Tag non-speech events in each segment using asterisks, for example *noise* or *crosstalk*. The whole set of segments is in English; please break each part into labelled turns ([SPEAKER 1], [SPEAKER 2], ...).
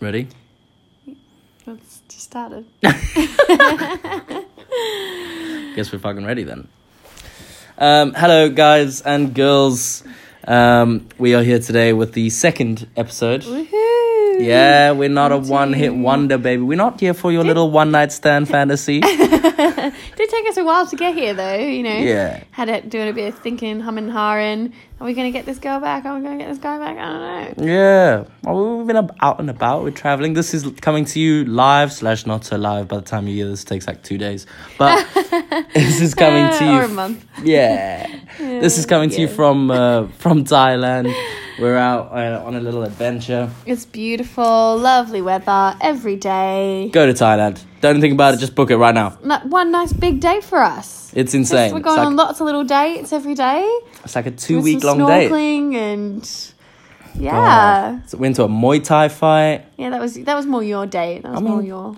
[SPEAKER 1] Ready?
[SPEAKER 2] Let's just start
[SPEAKER 1] *laughs*
[SPEAKER 2] it.
[SPEAKER 1] Guess we're fucking ready then. Um, hello, guys and girls. Um, we are here today with the second episode.
[SPEAKER 2] Woohoo!
[SPEAKER 1] Yeah, we're not a one hit
[SPEAKER 2] Indeed.
[SPEAKER 1] wonder, baby. We're not here for your little one night stand fantasy.
[SPEAKER 2] Did take us a while to get here though, you know.
[SPEAKER 1] Yeah.
[SPEAKER 2] Had it doing a bit of thinking, humming, hawing. Are we gonna get this girl back? Are we gonna get this guy back? I don't know.
[SPEAKER 1] Yeah. Well, we've been ab- out and about. We're traveling. This is coming to you live slash not so live by the time you hear this. takes like two days. But this is coming to you.
[SPEAKER 2] or a month.
[SPEAKER 1] Yeah. This is coming to you
[SPEAKER 2] Yeah.
[SPEAKER 1] from uh, from Thailand. We're out uh, on a little adventure.
[SPEAKER 2] It's beautiful, lovely weather every day.
[SPEAKER 1] Go to Thailand. Don't think about it. Just book it right now.
[SPEAKER 2] N- One nice big day for us.
[SPEAKER 1] It's insane.
[SPEAKER 2] We're
[SPEAKER 1] It's
[SPEAKER 2] going on
[SPEAKER 1] like,
[SPEAKER 2] lots of little dates every day.
[SPEAKER 1] it's like a two
[SPEAKER 2] with
[SPEAKER 1] week
[SPEAKER 2] some
[SPEAKER 1] long day.
[SPEAKER 2] snorkeling and yeah,
[SPEAKER 1] Oh. So we went to a Muay Thai fight.
[SPEAKER 2] yeah. That was that was more your date. That was more
[SPEAKER 1] mean,
[SPEAKER 2] your.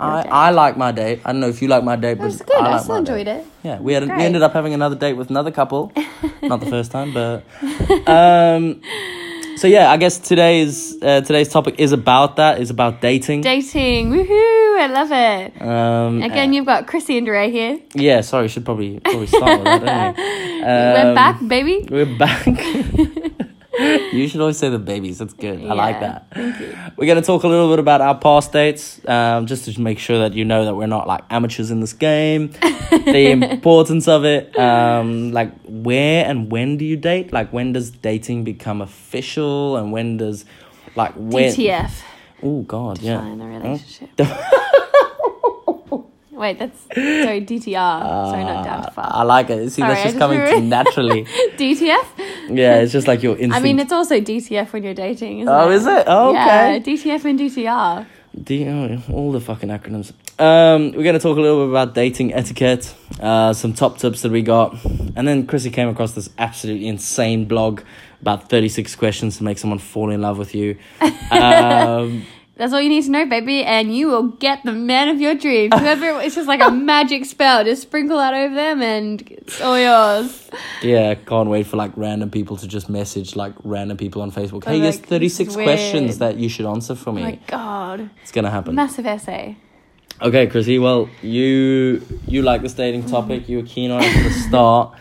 [SPEAKER 1] I,
[SPEAKER 2] day.
[SPEAKER 1] I like my date. I don't know if you like my date,
[SPEAKER 2] It
[SPEAKER 1] but
[SPEAKER 2] was Oh, good.
[SPEAKER 1] I,
[SPEAKER 2] I,
[SPEAKER 1] like
[SPEAKER 2] still
[SPEAKER 1] my
[SPEAKER 2] enjoyed
[SPEAKER 1] date.
[SPEAKER 2] it.
[SPEAKER 1] Yeah, we had we
[SPEAKER 2] Great.
[SPEAKER 1] ended up having another date with another
[SPEAKER 2] *laughs*
[SPEAKER 1] couple, not the first time, but um, so yeah, I guess today's uh, today's topic is about that is about dating.
[SPEAKER 2] Dating, woohoo! I love it.
[SPEAKER 1] um,
[SPEAKER 2] Again, you've got Chrissy and Ray here.
[SPEAKER 1] yeah, sorry, should probably probably start with that. Don't we?
[SPEAKER 2] We're
[SPEAKER 1] Um,
[SPEAKER 2] back, baby.
[SPEAKER 1] *laughs* We're back. you should always say the babies. That's good. I like
[SPEAKER 2] Yeah,
[SPEAKER 1] that. We're going to talk a little bit about our past dates, um, just to make sure that you know that we're not like amateurs in this *laughs* game. the importance of it, um, like where and when do you date? Like when does dating become official, and when does like when?
[SPEAKER 2] DTF.
[SPEAKER 1] Oh God, yeah.
[SPEAKER 2] Define
[SPEAKER 1] *laughs*
[SPEAKER 2] a relationship. Wait, that's sorry. DTR. sorry, not down to
[SPEAKER 1] Uh,
[SPEAKER 2] far. *laughs*
[SPEAKER 1] I like it. See,
[SPEAKER 2] Sorry, I
[SPEAKER 1] that's just
[SPEAKER 2] just
[SPEAKER 1] coming to
[SPEAKER 2] remembered.
[SPEAKER 1] naturally.
[SPEAKER 2] DTF.
[SPEAKER 1] *laughs* Yeah, it's just like *laughs* your instinct.
[SPEAKER 2] I mean, it's also DTF when you're dating. Isn't
[SPEAKER 1] Oh,
[SPEAKER 2] it?
[SPEAKER 1] is it? Oh,
[SPEAKER 2] Yeah,
[SPEAKER 1] okay.
[SPEAKER 2] DTF and DTR.
[SPEAKER 1] D- oh, all the fucking acronyms. Um, we're going to talk a little bit about dating etiquette, uh, some top tips that we got. And then Chrissy came across this absolutely insane blog about 36 questions to make someone fall in love with
[SPEAKER 2] *laughs*
[SPEAKER 1] you. Um,
[SPEAKER 2] That's all you need to know, baby, and you will get the man of your dreams.
[SPEAKER 1] *laughs*
[SPEAKER 2] Whoever, it's just like a magic spell. Just sprinkle that over them, and it's all
[SPEAKER 1] *laughs*
[SPEAKER 2] yours.
[SPEAKER 1] yeah, can't wait for like random people to just message like random people on Facebook. Hey,
[SPEAKER 2] Oh,
[SPEAKER 1] here's
[SPEAKER 2] like,
[SPEAKER 1] 36
[SPEAKER 2] this is
[SPEAKER 1] questions
[SPEAKER 2] weird.
[SPEAKER 1] that you should answer for me.
[SPEAKER 2] Oh My God,
[SPEAKER 1] it's going to happen.
[SPEAKER 2] massive essay.
[SPEAKER 1] Okay, Chrissy. Well, you you like this dating topic. You were keen on it
[SPEAKER 2] *laughs*
[SPEAKER 1] from the start.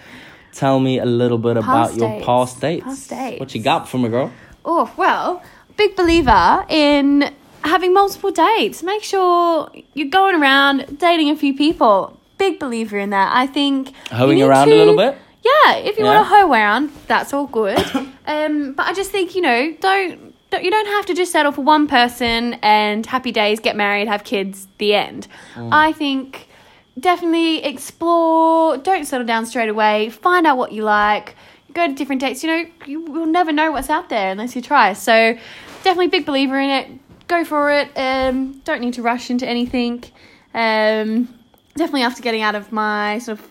[SPEAKER 1] Tell me a little bit about
[SPEAKER 2] Past
[SPEAKER 1] your
[SPEAKER 2] dates.
[SPEAKER 1] past dates.
[SPEAKER 2] Past dates.
[SPEAKER 1] What you got from a girl?
[SPEAKER 2] Oh, well, big believer in having multiple dates. Make sure you're going around dating a few people. Big believer in that. I think you
[SPEAKER 1] Hoeing
[SPEAKER 2] need
[SPEAKER 1] around a little bit?
[SPEAKER 2] Yeah, if you
[SPEAKER 1] Yeah.
[SPEAKER 2] want to hoe around, that's all good. um, but I just think you know, don't, don't you don't have to just settle for one person and happy days, get married, have kids, the end. I think definitely explore. Don't settle down straight away. Find out what you like. Go to different dates. You know, you will never know what's out there unless you try. So, definitely big believer in it. Go for it. Um, don't need to rush into anything. Um, definitely after getting out of my sort of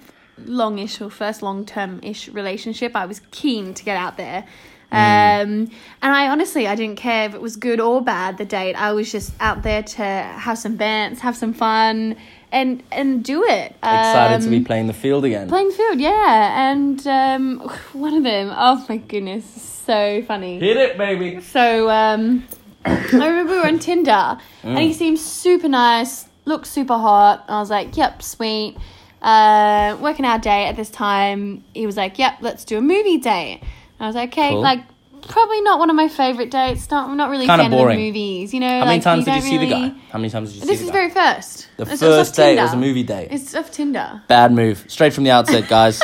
[SPEAKER 2] longish or first long term ish relationship, I was keen to get out there.
[SPEAKER 1] Mm.
[SPEAKER 2] Um, and I honestly, I didn't care if it was good or bad the date. I was just out there to have some bants, have some fun, and and do it.
[SPEAKER 1] Excited to be
[SPEAKER 2] Um,
[SPEAKER 1] playing the field again.
[SPEAKER 2] playing the field, yeah. And um, *sighs* one of them, oh my goodness, so funny.
[SPEAKER 1] Hit it, baby.
[SPEAKER 2] So um, I remember we were on Tinder, and
[SPEAKER 1] Mm.
[SPEAKER 2] he seemed super nice, looked super hot. And I was like, "Yep, sweet." Uh, working our day at this time, he was like, "Yep, let's do a movie date." And I was like, "Okay,
[SPEAKER 1] Cool.
[SPEAKER 2] like probably not one of my favorite dates. Not I'm not really
[SPEAKER 1] Kinda
[SPEAKER 2] a fan
[SPEAKER 1] boring.
[SPEAKER 2] of the movies, you know."
[SPEAKER 1] How many
[SPEAKER 2] like,
[SPEAKER 1] times did you
[SPEAKER 2] don't
[SPEAKER 1] see the
[SPEAKER 2] really-
[SPEAKER 1] guy? How many times did you
[SPEAKER 2] This
[SPEAKER 1] see
[SPEAKER 2] is
[SPEAKER 1] the guy?
[SPEAKER 2] very first.
[SPEAKER 1] The
[SPEAKER 2] It's- it's off
[SPEAKER 1] first date was a
[SPEAKER 2] Tinder.
[SPEAKER 1] movie date.
[SPEAKER 2] It's off Tinder.
[SPEAKER 1] Bad move. Straight from the outset,
[SPEAKER 2] *laughs*
[SPEAKER 1] guys.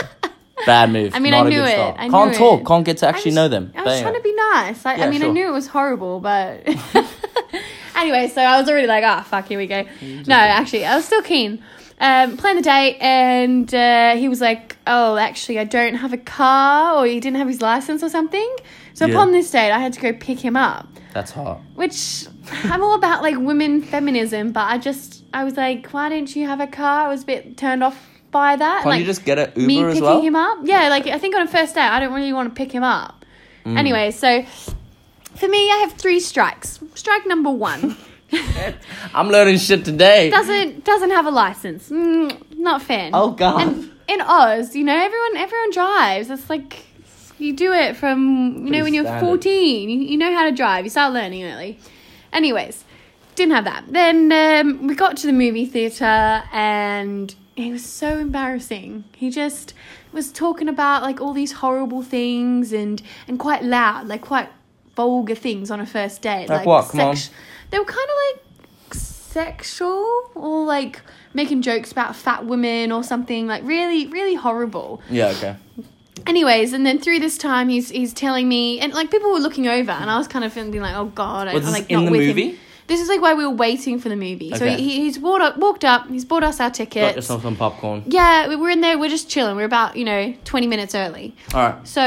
[SPEAKER 1] Bad move.
[SPEAKER 2] I mean,
[SPEAKER 1] Not
[SPEAKER 2] I
[SPEAKER 1] a
[SPEAKER 2] knew
[SPEAKER 1] good
[SPEAKER 2] it.
[SPEAKER 1] start.
[SPEAKER 2] I
[SPEAKER 1] can't
[SPEAKER 2] knew
[SPEAKER 1] talk.
[SPEAKER 2] it.
[SPEAKER 1] Can't get to
[SPEAKER 2] I
[SPEAKER 1] actually
[SPEAKER 2] just-
[SPEAKER 1] know them.
[SPEAKER 2] I was
[SPEAKER 1] There you
[SPEAKER 2] trying
[SPEAKER 1] go.
[SPEAKER 2] to be nice. Like,
[SPEAKER 1] Yeah,
[SPEAKER 2] I mean,
[SPEAKER 1] sure.
[SPEAKER 2] I knew it was
[SPEAKER 1] *laughs*
[SPEAKER 2] horrible, but *laughs* anyway, so I was already like, ah, fuck, here we go. No, actually, I was still keen. Um, planned the date, and uh, he was like, oh, actually, I don't have a car, or he didn't have his license or something. So
[SPEAKER 1] Yeah.
[SPEAKER 2] upon this date, I had to go pick him up
[SPEAKER 1] That's hot.
[SPEAKER 2] which I'm all about like women feminism, but I just I was like, why didn't you have a car? I was a bit turned off by that.
[SPEAKER 1] Can't
[SPEAKER 2] like,
[SPEAKER 1] you just get a
[SPEAKER 2] me
[SPEAKER 1] Uber as
[SPEAKER 2] picking
[SPEAKER 1] well?
[SPEAKER 2] him up? Yeah, like I think on a first date, I don't really want to pick him up.
[SPEAKER 1] Mm.
[SPEAKER 2] Anyway, so for me, I have three strikes. Strike
[SPEAKER 1] *laughs*
[SPEAKER 2] number one
[SPEAKER 1] I'm learning shit today.
[SPEAKER 2] doesn't doesn't have a license. Mm, not fair.
[SPEAKER 1] Oh, God.
[SPEAKER 2] And in Oz, you know, everyone everyone drives. It's like you do it from you know
[SPEAKER 1] Pretty
[SPEAKER 2] when you're
[SPEAKER 1] standard.
[SPEAKER 2] 14. You, you know how to drive. You start learning early. Anyways, didn't have that. Then um, we got to the movie theater and it was so embarrassing. He just was talking about like all these horrible things and and quite loud, like quite vulgar things on a first date.
[SPEAKER 1] Like what? Come on.
[SPEAKER 2] They were kind of like sexual or like making jokes about fat women or something like really really horrible
[SPEAKER 1] Yeah, okay.
[SPEAKER 2] anyways and then through this time he's he's telling me and like people were looking over and i was kind of feeling like oh god I-
[SPEAKER 1] Was
[SPEAKER 2] i'm
[SPEAKER 1] this
[SPEAKER 2] like
[SPEAKER 1] in
[SPEAKER 2] not
[SPEAKER 1] the
[SPEAKER 2] with him
[SPEAKER 1] movie?
[SPEAKER 2] this is like why we were waiting for the movie so
[SPEAKER 1] Okay.
[SPEAKER 2] he, he's walked up walked up he's bought us our
[SPEAKER 1] Got
[SPEAKER 2] tickets
[SPEAKER 1] yourself some popcorn.
[SPEAKER 2] yeah we were in there we're just chilling we're about you know 20 minutes early
[SPEAKER 1] All right.
[SPEAKER 2] so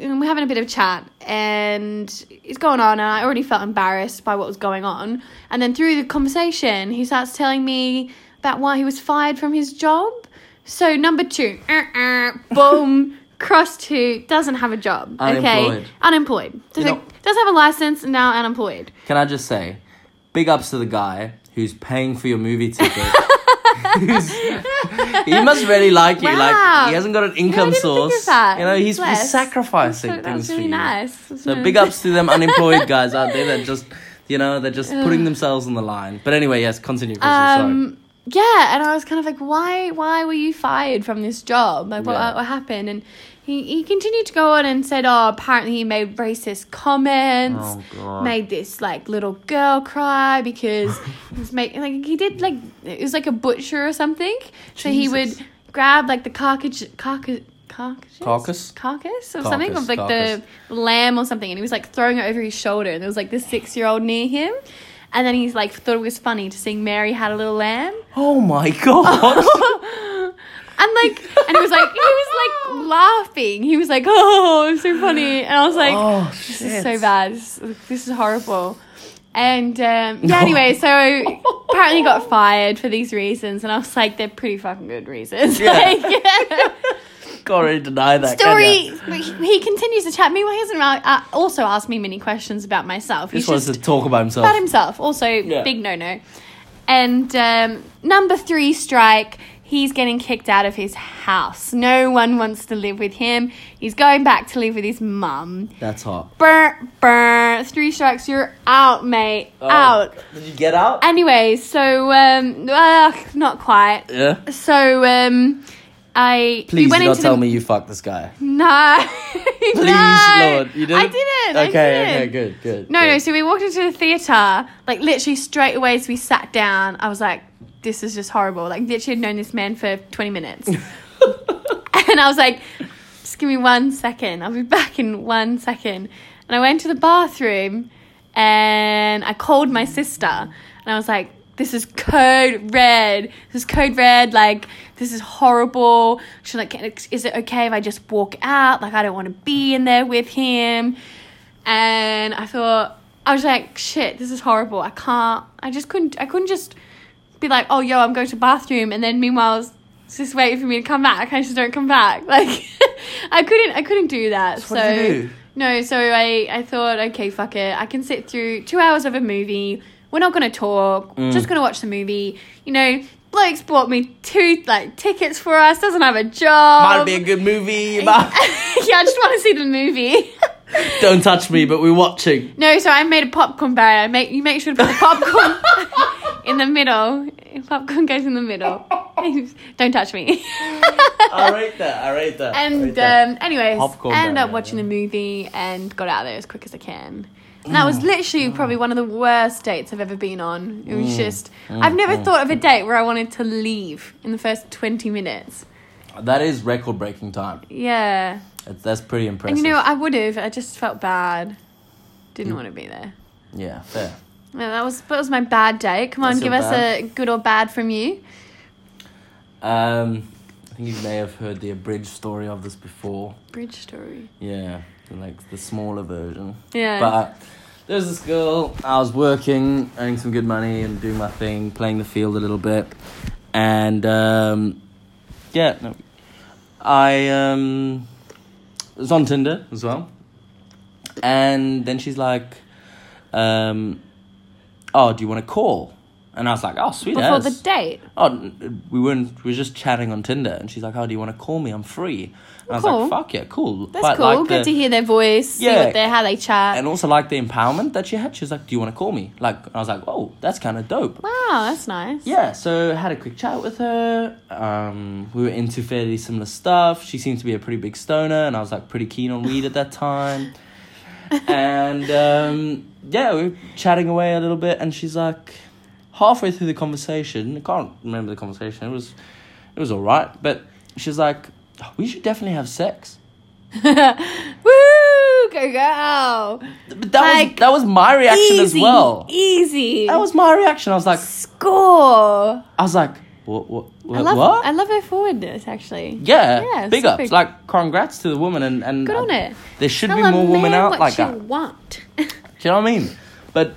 [SPEAKER 2] and we're having a bit of a chat, and it's going on, and I already felt embarrassed by what was going on. And then through the conversation, he starts telling me about why he was fired from his job. So number two, uh-uh,
[SPEAKER 1] *laughs*
[SPEAKER 2] boom, crossed who doesn't have a job.
[SPEAKER 1] Unemployed.
[SPEAKER 2] Okay, unemploid. Does,
[SPEAKER 1] You know-
[SPEAKER 2] does have a license and now unemployed.
[SPEAKER 1] Can I just say, big ups to the guy who's paying for your movie
[SPEAKER 2] *laughs*
[SPEAKER 1] ticket. Who's- he must really like you. Like
[SPEAKER 2] Wow.
[SPEAKER 1] he hasn't got an
[SPEAKER 2] No, I
[SPEAKER 1] income
[SPEAKER 2] didn't think of
[SPEAKER 1] source.
[SPEAKER 2] that.
[SPEAKER 1] You know, he's, he's
[SPEAKER 2] Bless.
[SPEAKER 1] sacrificing
[SPEAKER 2] That's so-
[SPEAKER 1] things
[SPEAKER 2] That's really
[SPEAKER 1] for you.
[SPEAKER 2] nice.
[SPEAKER 1] So big ups to them
[SPEAKER 2] *laughs*
[SPEAKER 1] unemployed guys out there that just you know they're just putting themselves on the line. But anyway, yes, continue. Kristen, sorry.
[SPEAKER 2] um yeah and i was kind of like why why were you fired from this job like what,
[SPEAKER 1] Yeah.
[SPEAKER 2] what happened and he, he continued to go on and said oh apparently he made racist comments
[SPEAKER 1] Oh, God.
[SPEAKER 2] made this like little girl cry
[SPEAKER 1] *laughs*
[SPEAKER 2] because he was making like he did like it was like a butcher or something so he
[SPEAKER 1] Jesus.
[SPEAKER 2] would grab like the carcass carcass carcass
[SPEAKER 1] Carcass?
[SPEAKER 2] carcass or
[SPEAKER 1] Carcass,
[SPEAKER 2] something of like
[SPEAKER 1] carcass.
[SPEAKER 2] the lamb or something and he was like throwing it over his shoulder and there was like this six year old near him and then he's like thought it was funny to sing mary had a little lamb
[SPEAKER 1] Oh my
[SPEAKER 2] *laughs*
[SPEAKER 1] god.
[SPEAKER 2] and like and he was like he was
[SPEAKER 1] *laughs*
[SPEAKER 2] like laughing he was like *laughs* oh it's so funny and i was like
[SPEAKER 1] oh
[SPEAKER 2] this
[SPEAKER 1] shit.
[SPEAKER 2] is so bad this, this is horrible and um, yeah
[SPEAKER 1] *laughs*
[SPEAKER 2] anyway so apparently got fired for these reasons and i was like they're pretty fucking good reasons
[SPEAKER 1] Yeah.
[SPEAKER 2] *laughs* like,
[SPEAKER 1] Can't really deny that. can
[SPEAKER 2] story.
[SPEAKER 1] ya?
[SPEAKER 2] but He, he continues to chat. Meanwhile, he hasn't ra- uh, also asked me many questions about myself.
[SPEAKER 1] Just
[SPEAKER 2] He's
[SPEAKER 1] wants
[SPEAKER 2] just
[SPEAKER 1] to talk about himself.
[SPEAKER 2] about himself. Also, big no no. And um, number three strike. He's getting kicked out of his house. No one wants to live with him. He's going back to live with his mum.
[SPEAKER 1] That's hot.
[SPEAKER 2] Burr, burr. Three strikes, you're out, mate.
[SPEAKER 1] Oh,
[SPEAKER 2] Out.
[SPEAKER 1] Did you get out?
[SPEAKER 2] Anyway, so, um, ugh, not quite.
[SPEAKER 1] yeah.
[SPEAKER 2] So, um, I. we
[SPEAKER 1] Please do not
[SPEAKER 2] into the-
[SPEAKER 1] tell me you fucked this guy.
[SPEAKER 2] no.
[SPEAKER 1] Please,
[SPEAKER 2] *laughs* no.
[SPEAKER 1] Lord. You didn't?
[SPEAKER 2] I didn't. I
[SPEAKER 1] Okay,
[SPEAKER 2] didn't.
[SPEAKER 1] okay, good, good.
[SPEAKER 2] No,
[SPEAKER 1] good.
[SPEAKER 2] no. So we walked into the theater, like literally straight away as we sat down, I was like, this is just horrible. Like, literally, had known this man for
[SPEAKER 1] *laughs*
[SPEAKER 2] 20 minutes. and I was like, just give me one second. I'll be back in one second. And I went to the bathroom and I called my sister and I was like, this is code red. This is code red. Like, this is horrible. She's like, is it okay if I just walk out? Like, I don't want to be in there with him. And I thought, I was like, shit, this is horrible. I can't, I just couldn't, I couldn't just be like, oh, yo, I'm going to the bathroom, and then meanwhile, it's it's just waiting for me to come back. I just don't come back. *laughs* Like, I couldn't, I couldn't do that. So,
[SPEAKER 1] So what did you do?
[SPEAKER 2] no, so I, I thought, okay, fuck it. I can sit through two hours of a movie. We're not gonna talk. Just gonna watch the movie. You know, blokes bought me two like tickets for us. Doesn't have a
[SPEAKER 1] Might
[SPEAKER 2] job.
[SPEAKER 1] be a
[SPEAKER 2] *laughs*
[SPEAKER 1] good movie. But
[SPEAKER 2] yeah, I just want to see the movie. *laughs*
[SPEAKER 1] don't touch me, but we're watching.
[SPEAKER 2] No, so I made a popcorn barrier. Make you make sure to put the popcorn *laughs* in the middle. Popcorn goes in the middle. *laughs* Don't touch me. *laughs*
[SPEAKER 1] I rate that. I rate that. I rate
[SPEAKER 2] and
[SPEAKER 1] that.
[SPEAKER 2] um, anyways,
[SPEAKER 1] Popcorn
[SPEAKER 2] I ended
[SPEAKER 1] barrier,
[SPEAKER 2] up watching the movie and got out of there as quick as I can. And that was
[SPEAKER 1] Mm.
[SPEAKER 2] literally probably one of the worst dates I've ever been on. It was
[SPEAKER 1] Mm.
[SPEAKER 2] just I've never thought of a date where I wanted to leave in the first twenty minutes. um,
[SPEAKER 1] that is record breaking time.
[SPEAKER 2] Yeah,
[SPEAKER 1] That's, that's pretty impressive.
[SPEAKER 2] and you know what? I would have. I just felt bad. Didn't
[SPEAKER 1] Mm.
[SPEAKER 2] want to be there.
[SPEAKER 1] yeah, fair.
[SPEAKER 2] Yeah, that was that was my bad day. Come on,
[SPEAKER 1] That's your
[SPEAKER 2] give us
[SPEAKER 1] bad?
[SPEAKER 2] a good or bad from you.
[SPEAKER 1] Um, I think you may have heard the abridged story of this before.
[SPEAKER 2] Bridge story.
[SPEAKER 1] Yeah, like the smaller version.
[SPEAKER 2] Yeah.
[SPEAKER 1] But uh, there's this girl. I was working, earning some good money, and doing my thing, playing the field a little bit, and um, yeah, no, I um, was on Tinder as well, and then she's like, um, "Oh, do you want to call?" And I was like, oh, sweet
[SPEAKER 2] before
[SPEAKER 1] as.
[SPEAKER 2] the date.
[SPEAKER 1] oh, n- we weren't, we were just chatting on Tinder. And she's like, oh, do you want to call me? I'm free. And I was
[SPEAKER 2] Cool.
[SPEAKER 1] like, fuck yeah, cool.
[SPEAKER 2] That's cool.
[SPEAKER 1] like,
[SPEAKER 2] Good
[SPEAKER 1] the-
[SPEAKER 2] to hear their voice. See
[SPEAKER 1] Yeah.
[SPEAKER 2] what they how they chat.
[SPEAKER 1] And also like the empowerment that she had. She was like, do you want to call me? Like, I was like, oh, that's kind of dope.
[SPEAKER 2] wow, that's nice.
[SPEAKER 1] Yeah, so I had a quick chat with her. Um, we were into fairly similar stuff. She seemed to be a pretty big stoner, and I was like pretty keen on weed at that time.
[SPEAKER 2] *laughs*
[SPEAKER 1] and um, yeah, we were chatting away a little bit, and she's like halfway through the conversation. I can't remember the conversation. It was it was all right, but she's like, "Oh, "We should definitely have sex."
[SPEAKER 2] *laughs* Woo, go girl.
[SPEAKER 1] But that
[SPEAKER 2] Like,
[SPEAKER 1] was that was my reaction
[SPEAKER 2] easy, E
[SPEAKER 1] as well.
[SPEAKER 2] Easy.
[SPEAKER 1] That was my reaction. I was like,
[SPEAKER 2] score.
[SPEAKER 1] I was like, what, what,
[SPEAKER 2] I love
[SPEAKER 1] what?
[SPEAKER 2] I love her forwardness actually.
[SPEAKER 1] Yeah,
[SPEAKER 2] Yeah,
[SPEAKER 1] big
[SPEAKER 2] super.
[SPEAKER 1] ups. Like, congrats to the woman, and and
[SPEAKER 2] Good on it.
[SPEAKER 1] There should
[SPEAKER 2] Tell
[SPEAKER 1] be
[SPEAKER 2] a
[SPEAKER 1] more women
[SPEAKER 2] man
[SPEAKER 1] out
[SPEAKER 2] what
[SPEAKER 1] like
[SPEAKER 2] you
[SPEAKER 1] that. Do
[SPEAKER 2] Want. *laughs*
[SPEAKER 1] you know what I mean? But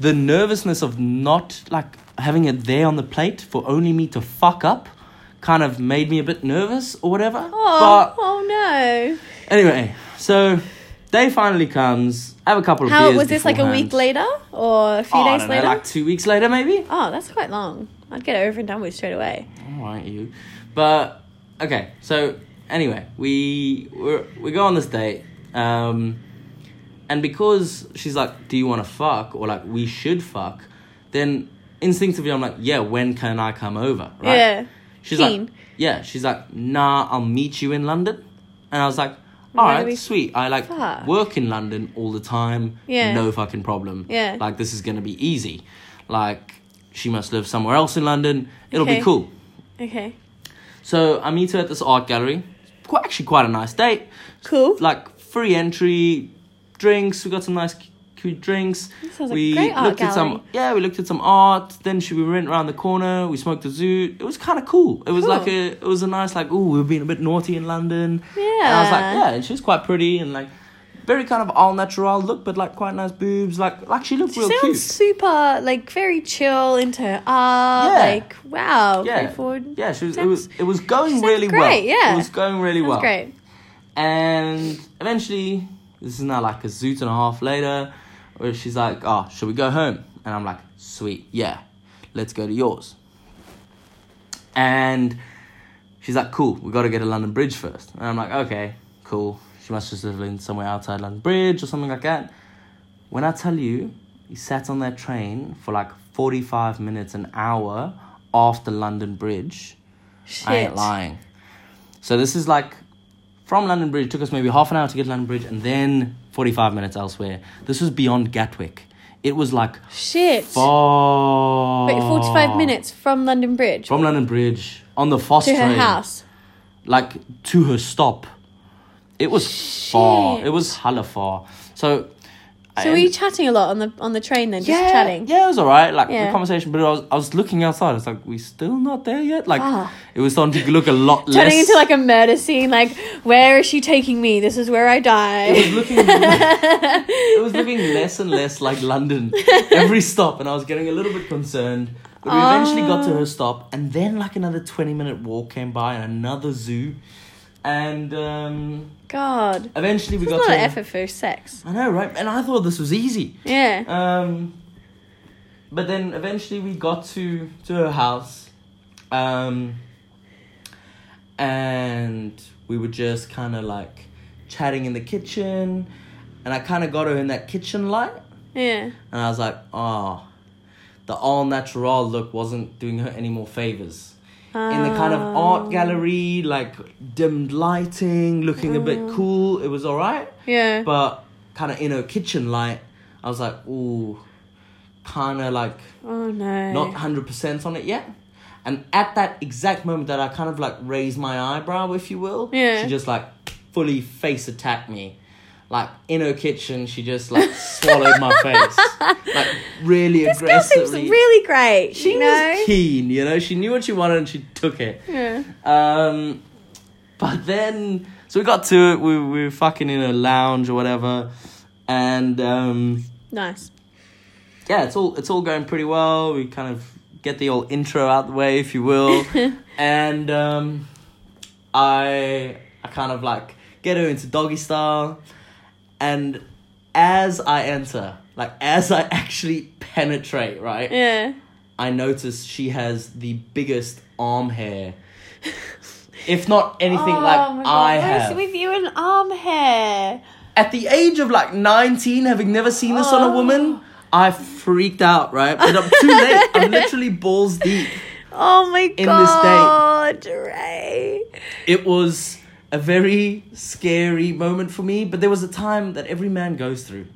[SPEAKER 1] the nervousness of not like having it there on the plate for only me to fuck up, kind of made me a bit nervous or whatever.
[SPEAKER 2] oh, oh no.
[SPEAKER 1] But anyway, so day finally comes. I have a couple of
[SPEAKER 2] How
[SPEAKER 1] beers
[SPEAKER 2] was this like a
[SPEAKER 1] beforehand.
[SPEAKER 2] week later or a few
[SPEAKER 1] Oh, I
[SPEAKER 2] days
[SPEAKER 1] don't know,
[SPEAKER 2] later?
[SPEAKER 1] like two weeks later, maybe.
[SPEAKER 2] oh, that's quite long. I'd get it over and done with straight away.
[SPEAKER 1] All right, you. But okay, so anyway, we we're, we go on this date, um, and because she's like, "Do you want to fuck?" or like, "We should fuck," then instinctively I'm like, "Yeah, when can I come over?" Right?
[SPEAKER 2] Yeah.
[SPEAKER 1] She's
[SPEAKER 2] Keen.
[SPEAKER 1] like, "Yeah." She's like, "Nah, I'll meet you in London," and I was like.
[SPEAKER 2] Where
[SPEAKER 1] All
[SPEAKER 2] do we
[SPEAKER 1] right, sweet. I like
[SPEAKER 2] fuck?"
[SPEAKER 1] work in London all the time.
[SPEAKER 2] Yeah.
[SPEAKER 1] No fucking problem.
[SPEAKER 2] Yeah.
[SPEAKER 1] Like this is gonna be easy. Like she must live somewhere else in London. It'll
[SPEAKER 2] Okay.
[SPEAKER 1] be cool.
[SPEAKER 2] Okay.
[SPEAKER 1] So I meet her at this art gallery. It's quite, actually quite a nice date.
[SPEAKER 2] Cool.
[SPEAKER 1] Like free entry, drinks. We got some nice cu- cute drinks.
[SPEAKER 2] sounds like a
[SPEAKER 1] we
[SPEAKER 2] great art
[SPEAKER 1] looked at some
[SPEAKER 2] gallery.
[SPEAKER 1] yeah, we looked at some art. Then she, we went around the corner. We smoked a zoo. It was kind of cool. It was
[SPEAKER 2] Cool.
[SPEAKER 1] like a it was a nice like oh we've been a bit naughty in London. And I was like
[SPEAKER 2] Yeah.
[SPEAKER 1] yeah, and she was quite pretty and like very kind of all natural look, but like quite nice boobs. Like like she looked
[SPEAKER 2] She
[SPEAKER 1] real
[SPEAKER 2] sounds
[SPEAKER 1] cute.
[SPEAKER 2] super like very chill into her art.
[SPEAKER 1] Yeah.
[SPEAKER 2] Like wow.
[SPEAKER 1] yeah,
[SPEAKER 2] Straightforward.
[SPEAKER 1] yeah. She was, it
[SPEAKER 2] Sounds-
[SPEAKER 1] was it was going
[SPEAKER 2] sounds
[SPEAKER 1] really
[SPEAKER 2] great,
[SPEAKER 1] well.
[SPEAKER 2] yeah.
[SPEAKER 1] it was going really
[SPEAKER 2] Sounds
[SPEAKER 1] well.
[SPEAKER 2] great.
[SPEAKER 1] And eventually, this is now like a zoot and a half later, where she's like, oh, should we go home? And I'm like, sweet, yeah, let's go to yours. And she's like, cool, we gotta get to London Bridge first. And I'm like, okay, cool. She must just live in somewhere outside London Bridge or something like that. When I tell you, he sat on that train for like 45 minutes, an hour after London Bridge.
[SPEAKER 2] Shit.
[SPEAKER 1] I ain't lying. So this is like from London Bridge. It took us maybe half an hour to get to London Bridge, and then forty-five minutes elsewhere. This was beyond Gatwick. It was like
[SPEAKER 2] Shit.
[SPEAKER 1] far.
[SPEAKER 2] Wait, 45 minutes from London Bridge
[SPEAKER 1] from London Bridge on the fast
[SPEAKER 2] to her
[SPEAKER 1] train,
[SPEAKER 2] house.
[SPEAKER 1] like to her stop. It was far. It was hella far. So.
[SPEAKER 2] So were you chatting a lot on the on the train then? Just chatting.
[SPEAKER 1] Yeah, it was alright. Like
[SPEAKER 2] Yeah.
[SPEAKER 1] the conversation, but I was I was looking outside. I was like, we still not there yet. Like
[SPEAKER 2] Ah.
[SPEAKER 1] it was starting to look a lot less.
[SPEAKER 2] Turning into like a murder scene, like where is she taking me? This is where I
[SPEAKER 1] it *laughs*
[SPEAKER 2] die.
[SPEAKER 1] was looking it was looking less and less like London every stop and I was getting a little bit concerned but we eventually got to her stop and then like another 20 minute walk came by and another zoo and um,
[SPEAKER 2] God,
[SPEAKER 1] eventually we
[SPEAKER 2] it's a
[SPEAKER 1] got to
[SPEAKER 2] lot of effort for sex.
[SPEAKER 1] I know right and I thought this was easy
[SPEAKER 2] Yeah.
[SPEAKER 1] um, but then eventually we got to to her house, um, and we were just kind of like chatting in the kitchen, and I kind of got her in that kitchen light,
[SPEAKER 2] Yeah.
[SPEAKER 1] and I was like, oh, the all natural look wasn't doing her any more favors. In the kind of art gallery, like dimmed lighting, looking a bit cool, it was alright
[SPEAKER 2] Yeah.
[SPEAKER 1] but kind of in her kitchen light, I was like, ooh, kind of like
[SPEAKER 2] oh no.
[SPEAKER 1] not 100% on it yet. And at that exact moment that I kind of like raised my eyebrow, if you will,
[SPEAKER 2] Yeah.
[SPEAKER 1] she just like fully face attacked me. Like in her kitchen, she just like swallowed my face. Like really
[SPEAKER 2] this girl seems
[SPEAKER 1] aggressively.
[SPEAKER 2] really great.
[SPEAKER 1] she
[SPEAKER 2] you know?
[SPEAKER 1] was keen, you know, she knew what she wanted and she took it.
[SPEAKER 2] Yeah.
[SPEAKER 1] Um, but then, so we got to it. We, we were fucking in a lounge or whatever, and um,
[SPEAKER 2] Nice.
[SPEAKER 1] yeah, it's all it's all going pretty well. We kind of get the old intro out the way, if you will, and um, I I kind of like get her into doggy style, and *laughs* as I enter, like as I actually penetrate, right,
[SPEAKER 2] Yeah.
[SPEAKER 1] I noticed she has the biggest arm hair. If not anything
[SPEAKER 2] Oh my
[SPEAKER 1] like
[SPEAKER 2] God,
[SPEAKER 1] I
[SPEAKER 2] what is
[SPEAKER 1] have.
[SPEAKER 2] with you and arm hair?
[SPEAKER 1] At the age of like 19, having never seen this on a woman,
[SPEAKER 2] Oh.
[SPEAKER 1] I freaked out, right? But I'm too late. I'm literally balls deep.
[SPEAKER 2] Oh my
[SPEAKER 1] this
[SPEAKER 2] god, Ray.
[SPEAKER 1] It was a very scary moment for me, but there was a time that every man goes through